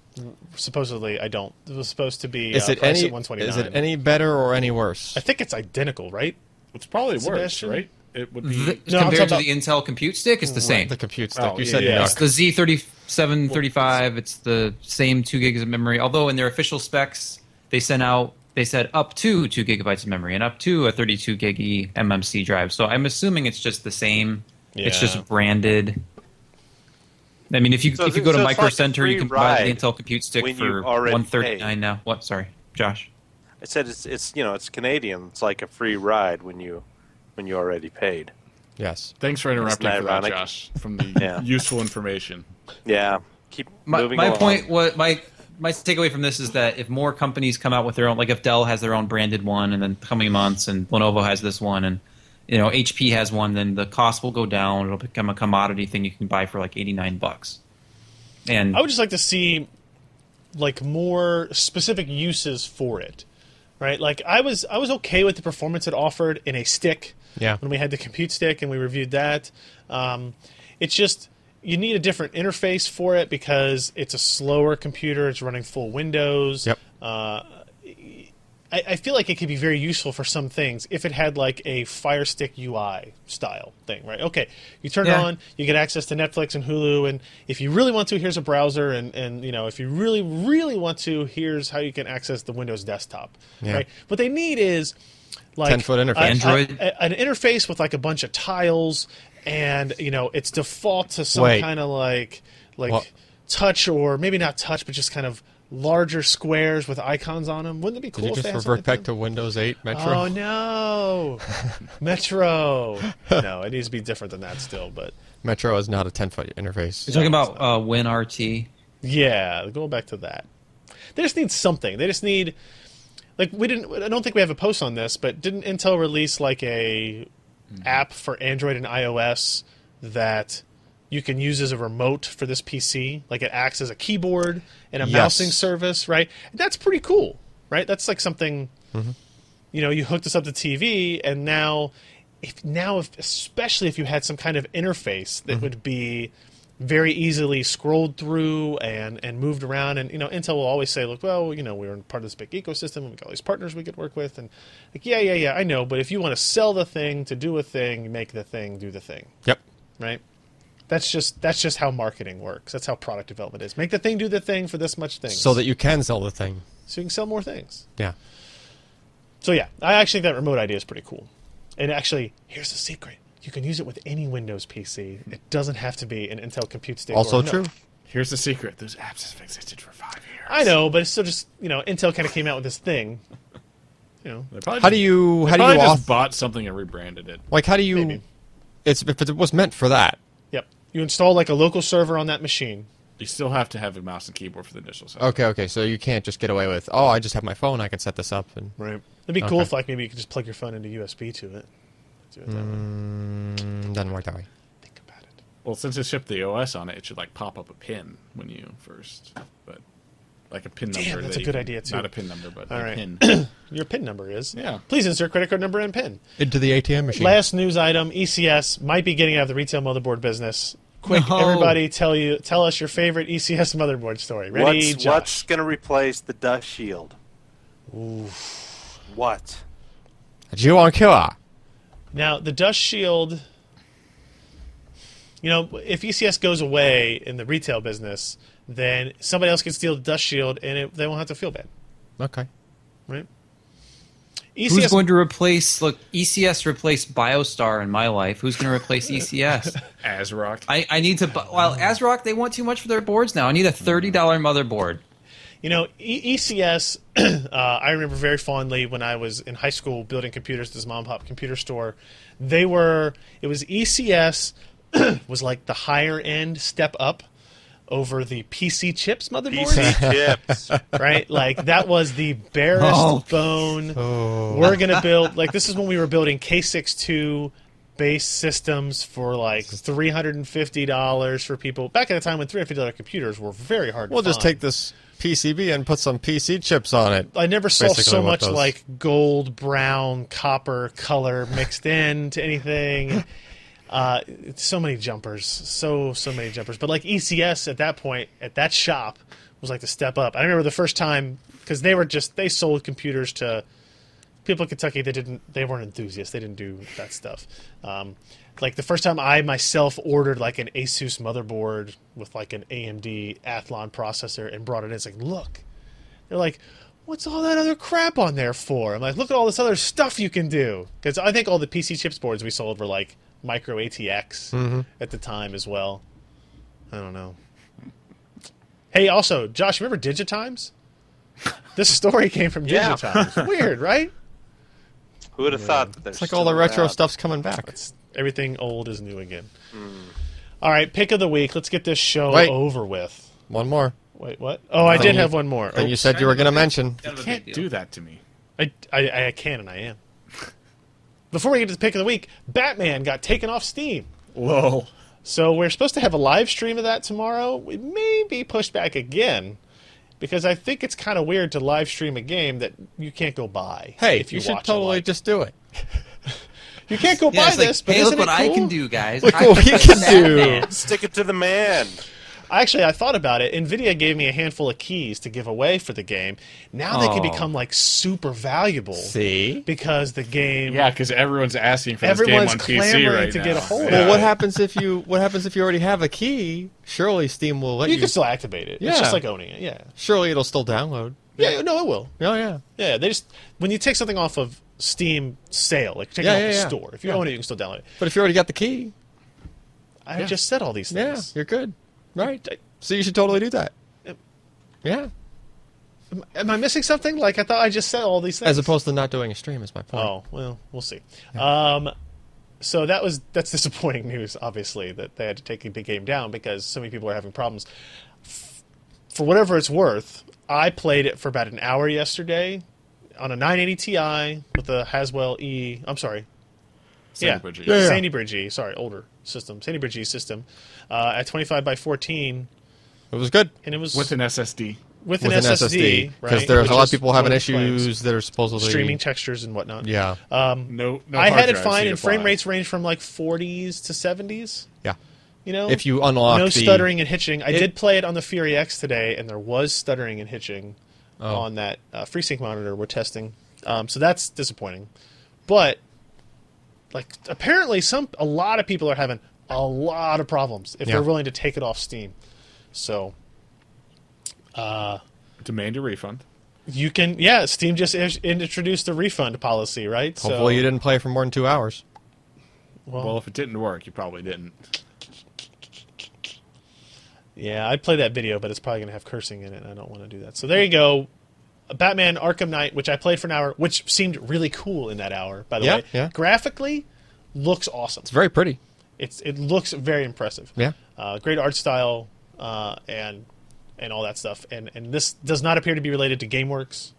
supposedly. I don't. It was supposed to be.
is
uh,
it
priced
any
At 129.
is it any better or any worse?
I think it's identical, right?
It's probably worse,
Sebastian?
right? It would be.
The,
Mm-hmm. No, I'm
compared to
talking
the Intel Compute Stick, it's the same.
the compute stick.
Oh,
you
yeah,
said
yeah.
no.
It's the Z3735. It's the same two gigs of memory. Although in their official specs, they sent out they said up to two gigabytes of memory and up to a 32 gig E MMC drive. So I'm assuming it's just the same. It's
Yeah.
just branded. I mean, if you
So
if you
it-
go to
so it's
Micro
like a
Center, you can
free
buy the
ride
Intel Compute Stick
when you
for
already
139
pay.
now. What? Sorry, Josh.
I said it's it's you know it's Canadian. It's like a free ride when you when you already paid.
Yes.
Thanks for interrupting
Isn't
for
that
that,
ironic?
Josh, from the
Yeah.
useful information.
Yeah. Keep
my,
moving.
my
along.
point what my my takeaway from this is that if more companies come out with their own like if dell has their own branded one and then the coming months and lenovo has this one and you know hp has one then the cost will go down it'll become a commodity thing you can buy for like 89 bucks and
I would just like to see like more specific uses for it. Right? Like I was I was okay with the performance it offered in a stick.
Yeah.
When we had the compute stick and we reviewed that. Um, it's just you need a different interface for it because it's a slower computer, it's running full Windows.
Yep.
I, I feel like it could be very useful for some things if it had like a Fire Stick UI style thing, right? Okay, you turn it
Yeah.
on, you get access to Netflix and Hulu, and if you really want to, here's a browser, and, and you know if you really really want to, here's how you can access the Windows desktop,
Yeah.
right? What they need is like
10-foot interface.
a- a-
Android?
a- an interface with like a bunch of tiles, and you know it's default to some
Wait.
kind of like like
What?
touch or maybe not touch, but just kind of larger squares with icons on them. Wouldn't it be cool?
Did you
if they
just
had
revert
something
back to Windows 8 Metro?
Oh no, Metro. No, it needs to be different than that still. But
Metro is not a 10 foot interface.
you're talking about uh, WinRT.
yeah, going back to that, they just need something. They just need like we didn't. I don't think we have a post on this, but didn't Intel release like a
Mm-hmm.
app for Android and iOS that you can use as a remote for this PC? Like it acts as a keyboard and a
Yes.
mousing service, right? And that's pretty cool, right? That's like something you know, you hooked us up to TV, and now, if now, if, especially if you had some kind of interface
Mm-hmm.
that would be very easily scrolled through and and moved around, and you know, Intel will always say, look, well, you know, we're part of this big ecosystem, and we got all these partners we could work with, and like, yeah, yeah, yeah, I know, but if you want to sell the thing, to do a thing, make the thing, do the thing,
Yep.
right? That's just that's just how marketing works. That's how product development is. Make the thing do the thing for this much thing,
So that you can sell the thing.
so you can sell more things.
Yeah.
So yeah, I actually think that remote idea is pretty cool. And actually, here's the secret: you can use it with any Windows PC. It doesn't have to be an Intel Compute Stick.
Also
or a Nook.
true.
Here's the secret: those apps have existed for five years.
I know, but it's still just you know Intel kind of came out with this thing. You know,
They probably
How do
just-
you
they
how do
probably
you
just
auth-
bought something and rebranded it?
like how do you
Maybe.
it's if it was meant for that.
yep. You install like a local server on that machine.
You still have to have a mouse and keyboard for the initial setup.
Okay, okay. So you can't just get away with, "Oh, I just have my phone, I can set this up." And
Right. It'd be cool
Okay.
if like maybe you could just plug your phone into USB to it. Do it that way.
Mm, doesn't work that way.
Think about it.
Well, since it shipped the OS on it, it should like pop up a pin when you first, but like a pin
Damn,
number.
that's
that
a
you
good
can-
idea, too.
Not a pin number, but
All
a
right.
pin.
Your PIN number is.
Yeah.
Please insert credit card number and PIN.
Into the ATM machine.
Last news item: ECS might be getting out of the retail motherboard business. Quick,
No.
everybody, tell you, tell us your favorite ECS motherboard story. Ready,
What's
Josh?
what's going to replace the dust shield? What?
Jew on killer.
Now, the dust shield. You know, if ECS goes away in the retail business, then somebody else can steal the dust shield, and it, they won't have to feel bad,
Okay.
right? E
Who's
ECS.
going to replace? Look, ECS replaced BioStar in my life. Who's going to replace E ECS?
ASRock.
I, I need to. bu- Well, ASRock they want too much for their boards now. I need a thirty dollar motherboard.
You know, e- ECS, uh, I remember very fondly when I was in high school building computers at this mom and pop computer store. They were, it was ECS was like the higher end step up over the PC chips motherboard,
PC chips.
right? Like that was the barest
Oh.
bone. We're gonna build like this is when we were building K62 base systems for like three hundred and fifty dollars for people back at a time when three hundred fifty dollar computers were very hard.
We'll
to
just
find.
take this PCB and put some PC chips on it.
I never saw
Basically
so
what
much
those-
like gold, brown, copper color mixed in to anything. Uh, it's so many jumpers, so so many jumpers. But like ECS at that point at that shop was like the step up. I remember the first time because they were just they sold computers to people in Kentucky. They didn't they weren't enthusiasts. They didn't do that stuff. Um, like the first time I myself ordered like an ASUS motherboard with like an AMD Athlon processor and brought it in. It's like look, they're like, "What's all that other crap on there for?" I'm like, "Look at all this other stuff you can do." Because I think all the PC chips boards we sold were like micro ATX
Mm-hmm.
at the time as well. I don't know. Hey, also, Josh, remember Digitimes? This story came from
Yeah.
Digitimes. Weird, right?
Who would have thought that there's
It's like all the retro stuff's coming back.
It's, everything old is new again. All right, pick of the week. Let's get this show
Wait.
over with.
One more.
Wait, what? Oh, I did
you-
have one more.
And you
Oops.
said you were going to mention.
Kind of a
Can't
big
do
deal.
that to me.
I, I, I can and I am. Before we get to the pick of the week, Batman got taken off Steam.
Lol.
So we're supposed to have a live stream of that tomorrow. It may be pushed back again because I think it's kind of weird to live stream a game that you can't go buy.
Hey, you,
watch
should
it
totally
live.
just do it.
you can't go
Yeah,
buy
it's like,
this, but
hey,
isn't
look what
it
I
cool? oh,
can do, guys.
Look
I
what we can do.
Stick it to the man.
Actually, I thought about it. Nvidia gave me a handful of keys to give away for the game. Now they can
Aw.
become like super valuable
Oh. See?
because the game.
Yeah, because everyone's asking for
Everyone's
this game on PC
clamoring
right
to
now.
get a hold of
Yeah.
Well, what happens if you what happens if you already have a key? Surely Steam will let
You
you.
can still activate it. It's
Yeah.
just like owning it. Yeah.
Surely it'll still download.
Yeah, no, it will.
Oh yeah.
Yeah, they just when you take something off of Steam sale, like take
Yeah,
it off
yeah,
the
yeah.
store. If you
Yeah.
own it, you can still download it.
But if you already got the key,
I just said all these
yeah,
things.
you're good. Right. So you should totally do that. Yeah.
Am I missing something? Like I thought I just said all these things.
As opposed to not doing a stream is my point.
Oh well, we'll see. Um, so that was that's disappointing news. Obviously, that they had to take the game down because so many people are having problems. F- For whatever it's worth, I played it for about an hour yesterday on a 980 Ti with a Haswell E. I'm sorry,
Sandy
yeah.
Bridge,
Yeah, yeah.
Sandy Bridge E. Sorry, older system, Sandy Bridge E system uh, at 25 by 14,
It was good.
and it was
With an SSD.
with
with an SSD
because right,
there's
which
a lot
is
of people having
one of the
issues
claims.
that are supposedly
streaming Uh, textures and whatnot.
Yeah,
No, no
I
hard
had it
drives
fine,
you
and
could
frame
buy.
rates range from like 40s to 70s.
yeah.
You know,
If you unlock
no
the-
stuttering and hitching. I did play it on the Fury X today, and there was stuttering and hitching
Oh.
on that uh, FreeSync monitor we're testing. Um, so that's disappointing, but like apparently some a lot of people are having a lot of problems if
Yeah.
they're willing to take it off Steam. So
Demand a refund.
you can yeah, Steam just is- introduced the refund policy, right?
Hopefully
so,
you didn't play for more than two hours.
Well, if it didn't work, you probably didn't.
Yeah, I play that video, but it's probably going to have cursing in it, and I don't want to do that. So there you go. Batman Arkham Knight, which I played for an hour, which seemed really cool in that hour, by the
Yeah,
way.
yeah.
Graphically, looks awesome.
It's very pretty.
It's It looks very impressive.
Yeah.
Uh, great art style uh, and and all that stuff. And, and this does not appear to be related to GameWorks.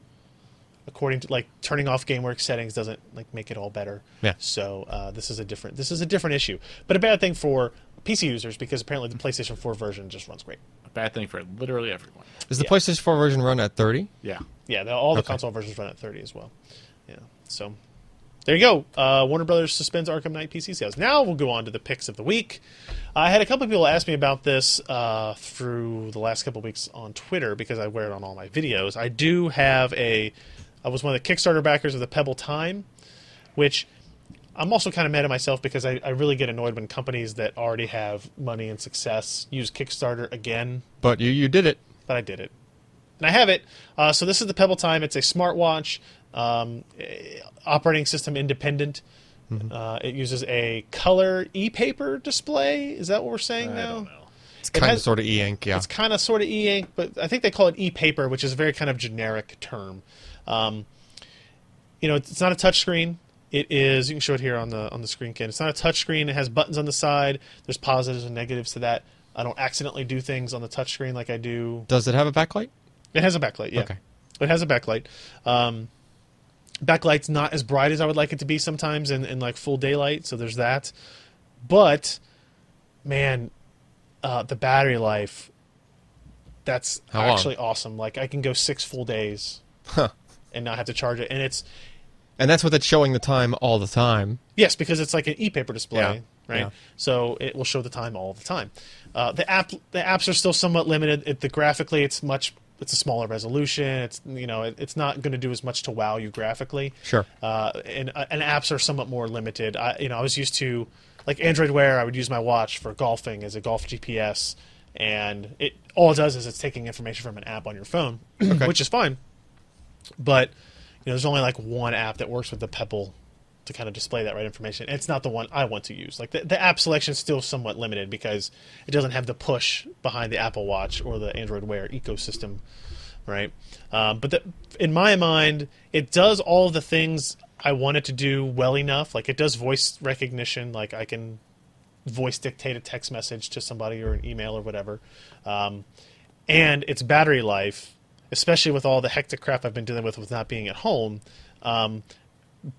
According to like turning off GameWorks settings doesn't like make it all better.
Yeah.
So uh, this is a different this is a different issue, but a bad thing for PC users because apparently the PlayStation 4 version just runs great.
A bad thing for literally everyone.
Is the
Yeah.
PlayStation 4 version run at 30?
Yeah.
Yeah, the, all the console versions run at 30 as well. Yeah, so there you go. Uh, Warner Brothers suspends Arkham Knight PC sales. Now we'll go on to the picks of the week. I had a couple of people ask me about this uh, through the last couple of weeks on Twitter because I wear it on all my videos. I do have a. I was one of the Kickstarter backers of the Pebble Time, which I'm also kind of mad at myself because I, I really get annoyed when companies that already have money and success use Kickstarter again
But you you did it.
but I did it, and I have it. Uh, so this is the Pebble Time. It's a smartwatch, um, eh, operating system independent.
Mm-hmm.
Uh, it uses a color e-paper display. Is that what we're saying
I
now?
don't know.
It's kind of
has-
sort of e-ink, yeah.
It's kind of sort of e-ink, but I think they call it e-paper, which is a very kind of generic term. Um, you know, it's, it's not a touchscreen. It is. You can show it here on the on the screen, Ken. It's not a touchscreen. It has buttons on the side. There's positives and negatives to that. I don't accidentally do things on the touchscreen like I do
Does it have a backlight?
it has a backlight, yeah.
Okay.
It has a backlight. Um, backlight's not as bright as I would like it to be sometimes in, in like full daylight, so there's that. But man, uh, the battery life that's
How long?
actually awesome. Like I can go six full days and not have to charge it. And it's
And that's with it showing the time all the time.
Yes, because it's like an e-paper display,
Yeah,
right?
yeah.
So it will show the time all the time. Uh, the app, the apps are still somewhat limited. It, the graphically, it's much, it's a smaller resolution. It's you know, it, it's not going to do as much to wow you graphically.
Sure.
Uh, and uh, and apps are somewhat more limited. I you know, I was used to like Android Wear. I would use my watch for golfing as a golf GPS, and it all it does is it's taking information from an app on your phone, which is fine but you know, there's only like one app that works with the Pebble to kind of display that right information. And it's not the one I want to use. Like the, the app selection is still somewhat limited because it doesn't have the push behind the Apple Watch or the Android Wear ecosystem, right? Um, but the, in my mind, it does all the things I want it to do well enough. Like it does voice recognition. Like I can voice dictate a text message to somebody or an email or whatever. Um, and its battery life, especially with all the hectic crap I've been dealing with with not being at home, um,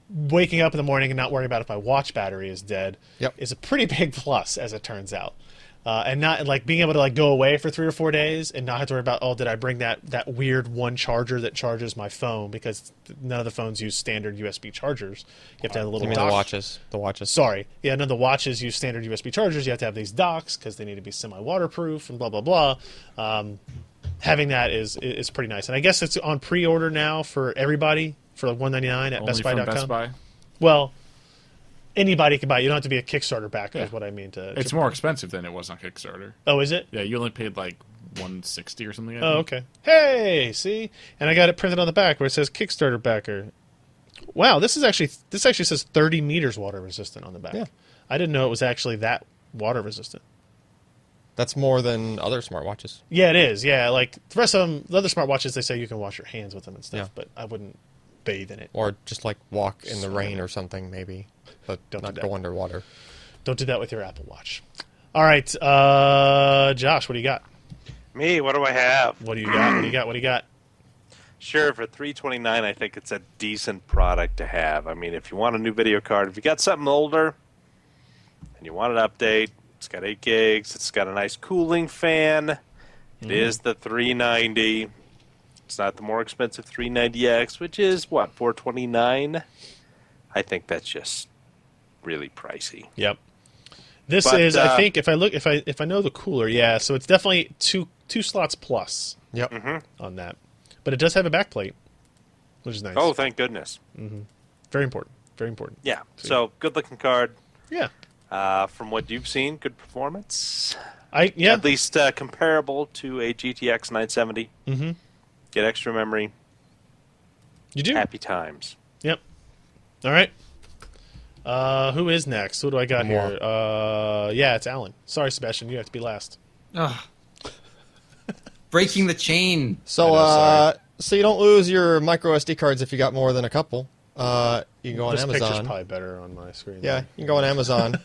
waking up in the morning and not worrying about if my watch battery is dead
Yep.
is a pretty big plus, as it turns out. Uh, and not like being able to like go away for three or four days and not have to worry about oh did I bring that that weird one charger that charges my phone because none of the phones use standard USB chargers. You have to have a
I
little
mean, the
dock-
watches. The watches.
sorry, yeah, none of the watches use standard USB chargers. You have to have these docks because they need to be semi-waterproof and blah blah blah. Um, having that is is pretty nice, and I guess it's on pre-order now for everybody for like one ninety nine at
Only from
BestBuy.com.
Best Buy.
Well, anybody can buy. it. You don't have to be a Kickstarter backer,
Yeah.
is what I mean. To
It's more expensive than it was on Kickstarter.
oh, is it?
Yeah, you only paid like 160 or something. I
Oh,
think.
okay. Hey, see, and I got it printed on the back where it says Kickstarter backer. Wow, this is actually this actually says thirty meters water resistant on the back.
Yeah.
I didn't know it was actually that water resistant.
That's more than other smartwatches.
Yeah, it is. Yeah, like the rest of them, the other smartwatches, they say you can wash your hands with them and stuff,
Yeah.
but I wouldn't bathe in it.
Or just like walk in the rain or something, maybe. But
Don't
not
do
go
that.
underwater.
Don't do that with your Apple Watch. All right, uh, Josh, what do you got?
Me, what do I have?
What do you got? What do you got? What do you got?
Sure, for three twenty nine, I think it's a decent product to have. I mean, if you want a new video card, if you got something older and you want an update, it's got eight gigs, it's got a nice cooling fan. It is the three ninety. It's not the more expensive three ninety X, which is what four twenty nine. I think that's just really pricey.
Yep. This
But,
is, I
uh,
think, if I look, if I if I know the cooler, yeah. So it's definitely two two slots plus
Yep.
on that, but it does have a backplate, which is nice.
Oh, thank goodness!
very important. Very important.
Yeah, so good looking card.
Yeah.
Uh, from what you've seen, good performance.
I yeah.
at least uh, comparable to a GTX 970. Mm-hmm. Get extra memory,
you do.
happy times.
Yep. All right. Uh, who is next? What do I got
Moore.
here? Uh, yeah, it's Alan. Sorry, Sebastian, you have to be last.
Ugh. Breaking the chain.
So,
I know,
uh, so you don't lose your micro SD cards if you got more than a couple. Uh, you can go on
this picture's
Amazon.
probably better on my screen.
Yeah,
than-
you can go on Amazon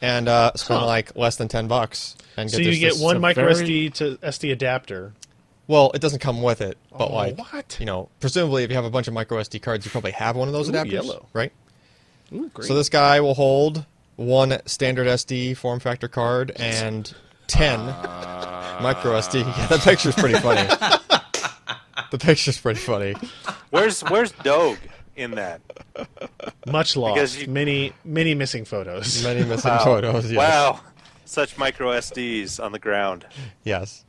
and uh, spend
Huh.
like less than ten bucks and get
So
this,
you get
this-
one
a
micro
very-
SD to SD adapter.
Well, it doesn't come with it, but
Oh,
like
what?
you know, presumably if you have a bunch of micro SD cards, you probably have one of those
Ooh,
adapters,
yellow.
right?
Ooh, great.
So this guy will hold one standard SD form factor card and ten
Uh,
micro SD. Yeah, the picture's pretty funny. the picture's pretty funny.
Where's Where's Dogue in that?
Much lost.
Because you-
Many, many missing photos.
Many missing photos. Yes.
Wow, such micro SDs on the ground.
Yes.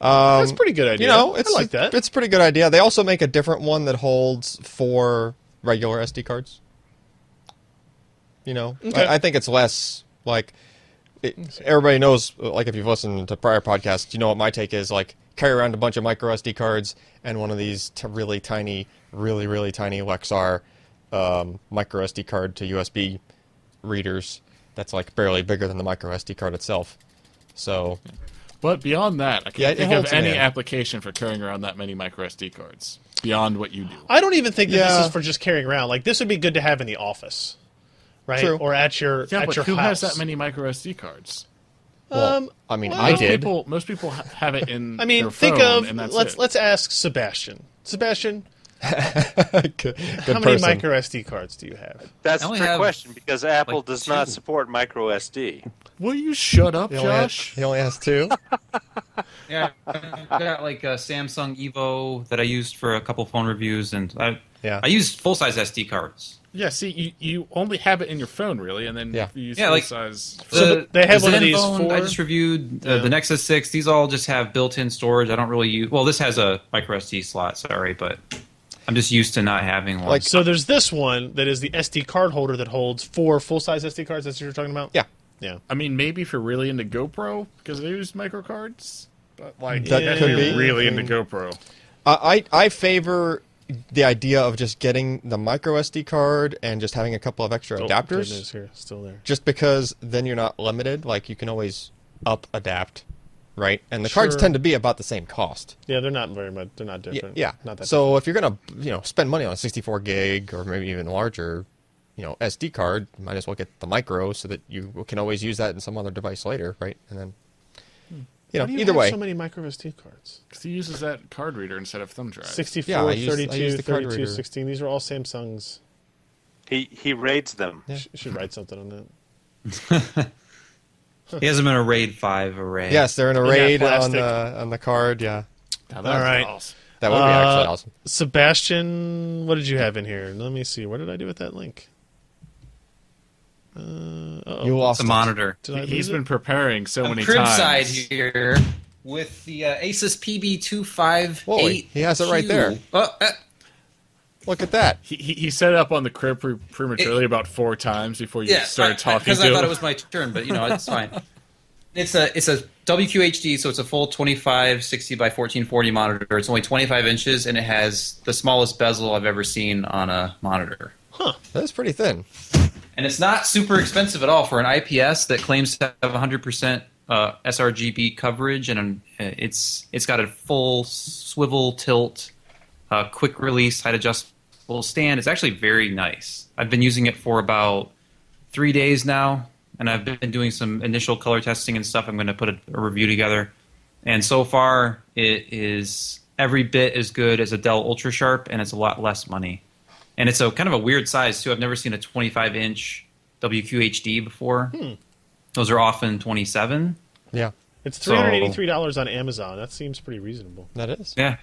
That's a pretty good idea.
You know, it's
I like that.
It's a pretty good idea. They also make a different one that holds four regular SD cards. You know,
Okay.
I, I think it's less like it, everybody knows. Like if you've listened to prior podcasts, you know what my take is. Like carry around a bunch of micro SD cards and one of these t- really tiny, really really tiny Lexar um, micro SD card to USB readers. That's like barely bigger than the micro SD card itself. So
But beyond that, I can't
Yeah, it
think of
holds in
any
there.
application for carrying around that many micro SD cards beyond what you do.
I don't even think that
Yeah.
this is for just carrying around. Like this would be good to have in the office, right?
True.
Or at your
Yeah,
at
but
your
who
house.
has that many micro SD cards?
well,
Um,
I mean,
well,
I
most
did.
People, most people ha- have it in.
I mean,
their
think
phone,
of
and that's
let's
it.
let's ask Sebastian. Sebastian,
Good good
how
person.
many micro SD cards do you have?
That's
I
the
only
trick
have,
question because Apple
like,
does not
two.
support micro SD.
Will you shut up,
He only, has,
Josh?
he only has two.
Yeah, I got like a Samsung Evo that I used for a couple phone reviews, and I
Yeah.
I used full size SD cards.
Yeah. See, you, you only have it in your phone, really, and then
Yeah.
you use
Yeah,
full
like-
size.
So th- they have one of these
Zenfone I
for-
just reviewed uh,
Yeah.
the Nexus Six. These all just have built-in storage. I don't really use. Well, this has a micro SD slot. Sorry, but I'm just used to not having one.
Like-
Oh, So there's this one that is the SD card holder that holds four full size SD cards. That's what you're talking about.
Yeah.
yeah.
I mean, maybe if you're really into GoPro, because they use micro cards. But like,
That
you have to
could
be
be.
really
I mean-
into GoPro.
I, I I favor the idea of just getting the micro SD card and just having a couple of extra
Oh, good
adapters.
news here, still there.
just because then you're not limited. Like you can always up adapt, right? And the cards
Sure.
tend to be about the same cost.
Yeah, they're not very much. They're not
Yeah,
different.
yeah.
not that.
so if you're gonna you know spend money on a 64 gig or maybe even larger, you know SD card, you might as well get the micro so that you can always use that in some other device later, right? And then you know
Why do you
either
have
way,
so many micro SD cards.
'Cause he uses that card reader instead of thumb drive.
64,
Yeah, I use- I
32,
use the card
32,
reader.
16. These are all Samsungs.
He he raids them.
Yeah.
Sh- should write something on that.
he hasn't been a RAID five array.
yes, they're in a raid on
plastic.
the on the card. Yeah,
Now,
All
that's
right.
awesome.
that would be
Uh,
actually awesome.
Sebastian, what did you have in here? Let me see. What did I do with that link? Uh, oh,
You
it's
lost
a
it.
monitor.
did I
He's
lose it?
been preparing so
I'm
many
Cribside
times.
here with the uh, Asus PB two five
Whoa,
eight.
he- he has it right there.
Oh, uh,
Look at that.
He, he, he set up on the crib pre- prematurely about four times before you
yeah,
started talking
because
to
I
him.
thought it was my turn, but you know it's fine. It's a it's a WQHD, so it's a full 25 60 by 1440 monitor. It's only 25 inches, and it has the smallest bezel I've ever seen on a monitor.
That's pretty thin.
And it's not super expensive at all for an IPS that claims to have 100% uh, sRGB coverage, and an, uh, it's it's got a full swivel tilt, uh, quick release, height adjustable stand. It's actually very nice. I've been using it for about three days now, and I've been doing some initial color testing and stuff. I'm going to put a, a review together, and so far it is every bit as good as a Dell UltraSharp, and it's a lot less money and it's a kind of a weird size too. I've never seen a 25 inch WQHD before. Those are often 27.
Yeah,
It's
So-
three hundred eighty-three dollars on Amazon. That seems pretty reasonable.
that is.
Yeah,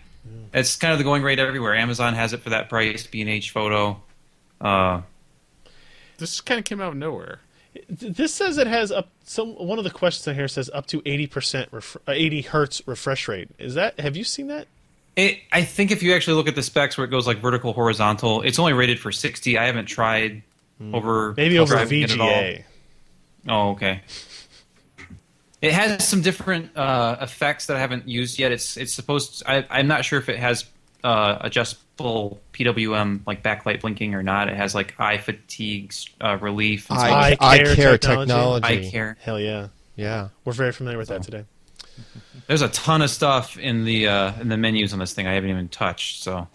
it's kind of the going rate everywhere. Amazon has it for that price. B and H Photo. Uh,
This kind of came out of nowhere.
Th- This says it has up. Some one of the questions on here says up to eighty percent, ref, uh, eighty hertz refresh rate. Is that? Have you seen that?
it, I think if you actually look at the specs where it goes like vertical, horizontal, it's only rated for 60. I haven't tried over
Maybe over
driving it at all.
VGA.
Oh, okay. It has some different uh, effects that I haven't used yet. It's it's supposed. I, I'm not sure if it has uh, adjustable PWM like backlight blinking or not. It has like eye fatigue uh, relief. And stuff.
I,
Eye
I
care
care,
technology.
technology.
eye care.
Hell yeah,
Yeah.
we're very familiar with that today.
There's a ton of stuff in the uh, in the menus on this thing I haven't even touched. So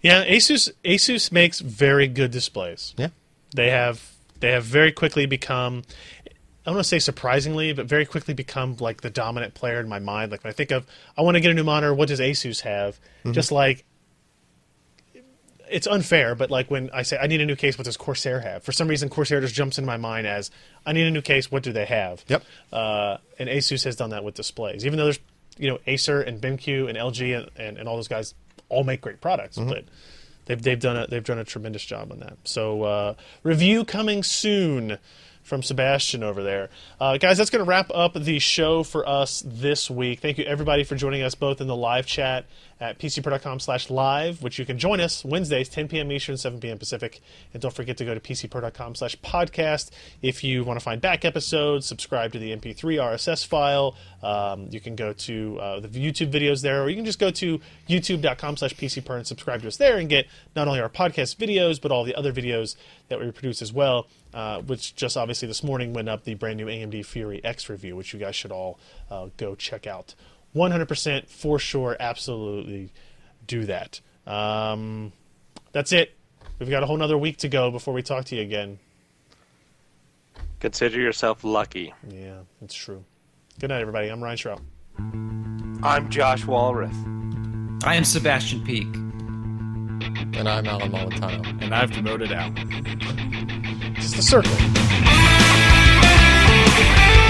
Yeah, Asus Asus makes very good displays.
Yeah.
They have they have very quickly become I don't want to say surprisingly, but very quickly become like the dominant player in my mind. Like when I think of I want to get a new monitor, what does Asus have? Just like it's unfair, but like when I say I need a new case, what does Corsair have? For some reason, Corsair just jumps in my mind as I need a new case. What do they have?
Yep.
Uh, and Asus has done that with displays, even though there's you know Acer and BenQ and LG and, and, and all those guys all make great products, but they've they've done a they've done a tremendous job on that. So uh, review coming soon from Sebastian over there. Uh, guys, that's going to wrap up the show for us this week. Thank you everybody for joining us both in the live chat at pcpro.com slash live, which you can join us Wednesdays, 10 p.m. Eastern, 7 p.m. Pacific. And don't forget to go to pcpro.com slash podcast if you want to find back episodes, subscribe to the MP3 RSS file. Um, you can go to uh, the YouTube videos there, or you can just go to youtube.com slash pcpro and subscribe to us there and get not only our podcast videos, but all the other videos that we produce as well uh, which just obviously this morning went up the brand new AMD Fury X review, which you guys should all uh, go check out. 100% for sure, absolutely do that. Um, that's it. We've got a whole nother week to go before we talk to you again.
Consider yourself lucky.
Yeah, it's true. Good night, everybody. I'm Ryan Schraub.
I'm Josh Walrath.
I am Sebastian Peak.
And I'm Alan Molitano.
and I've demoted out.
It's the circle.
Thank you.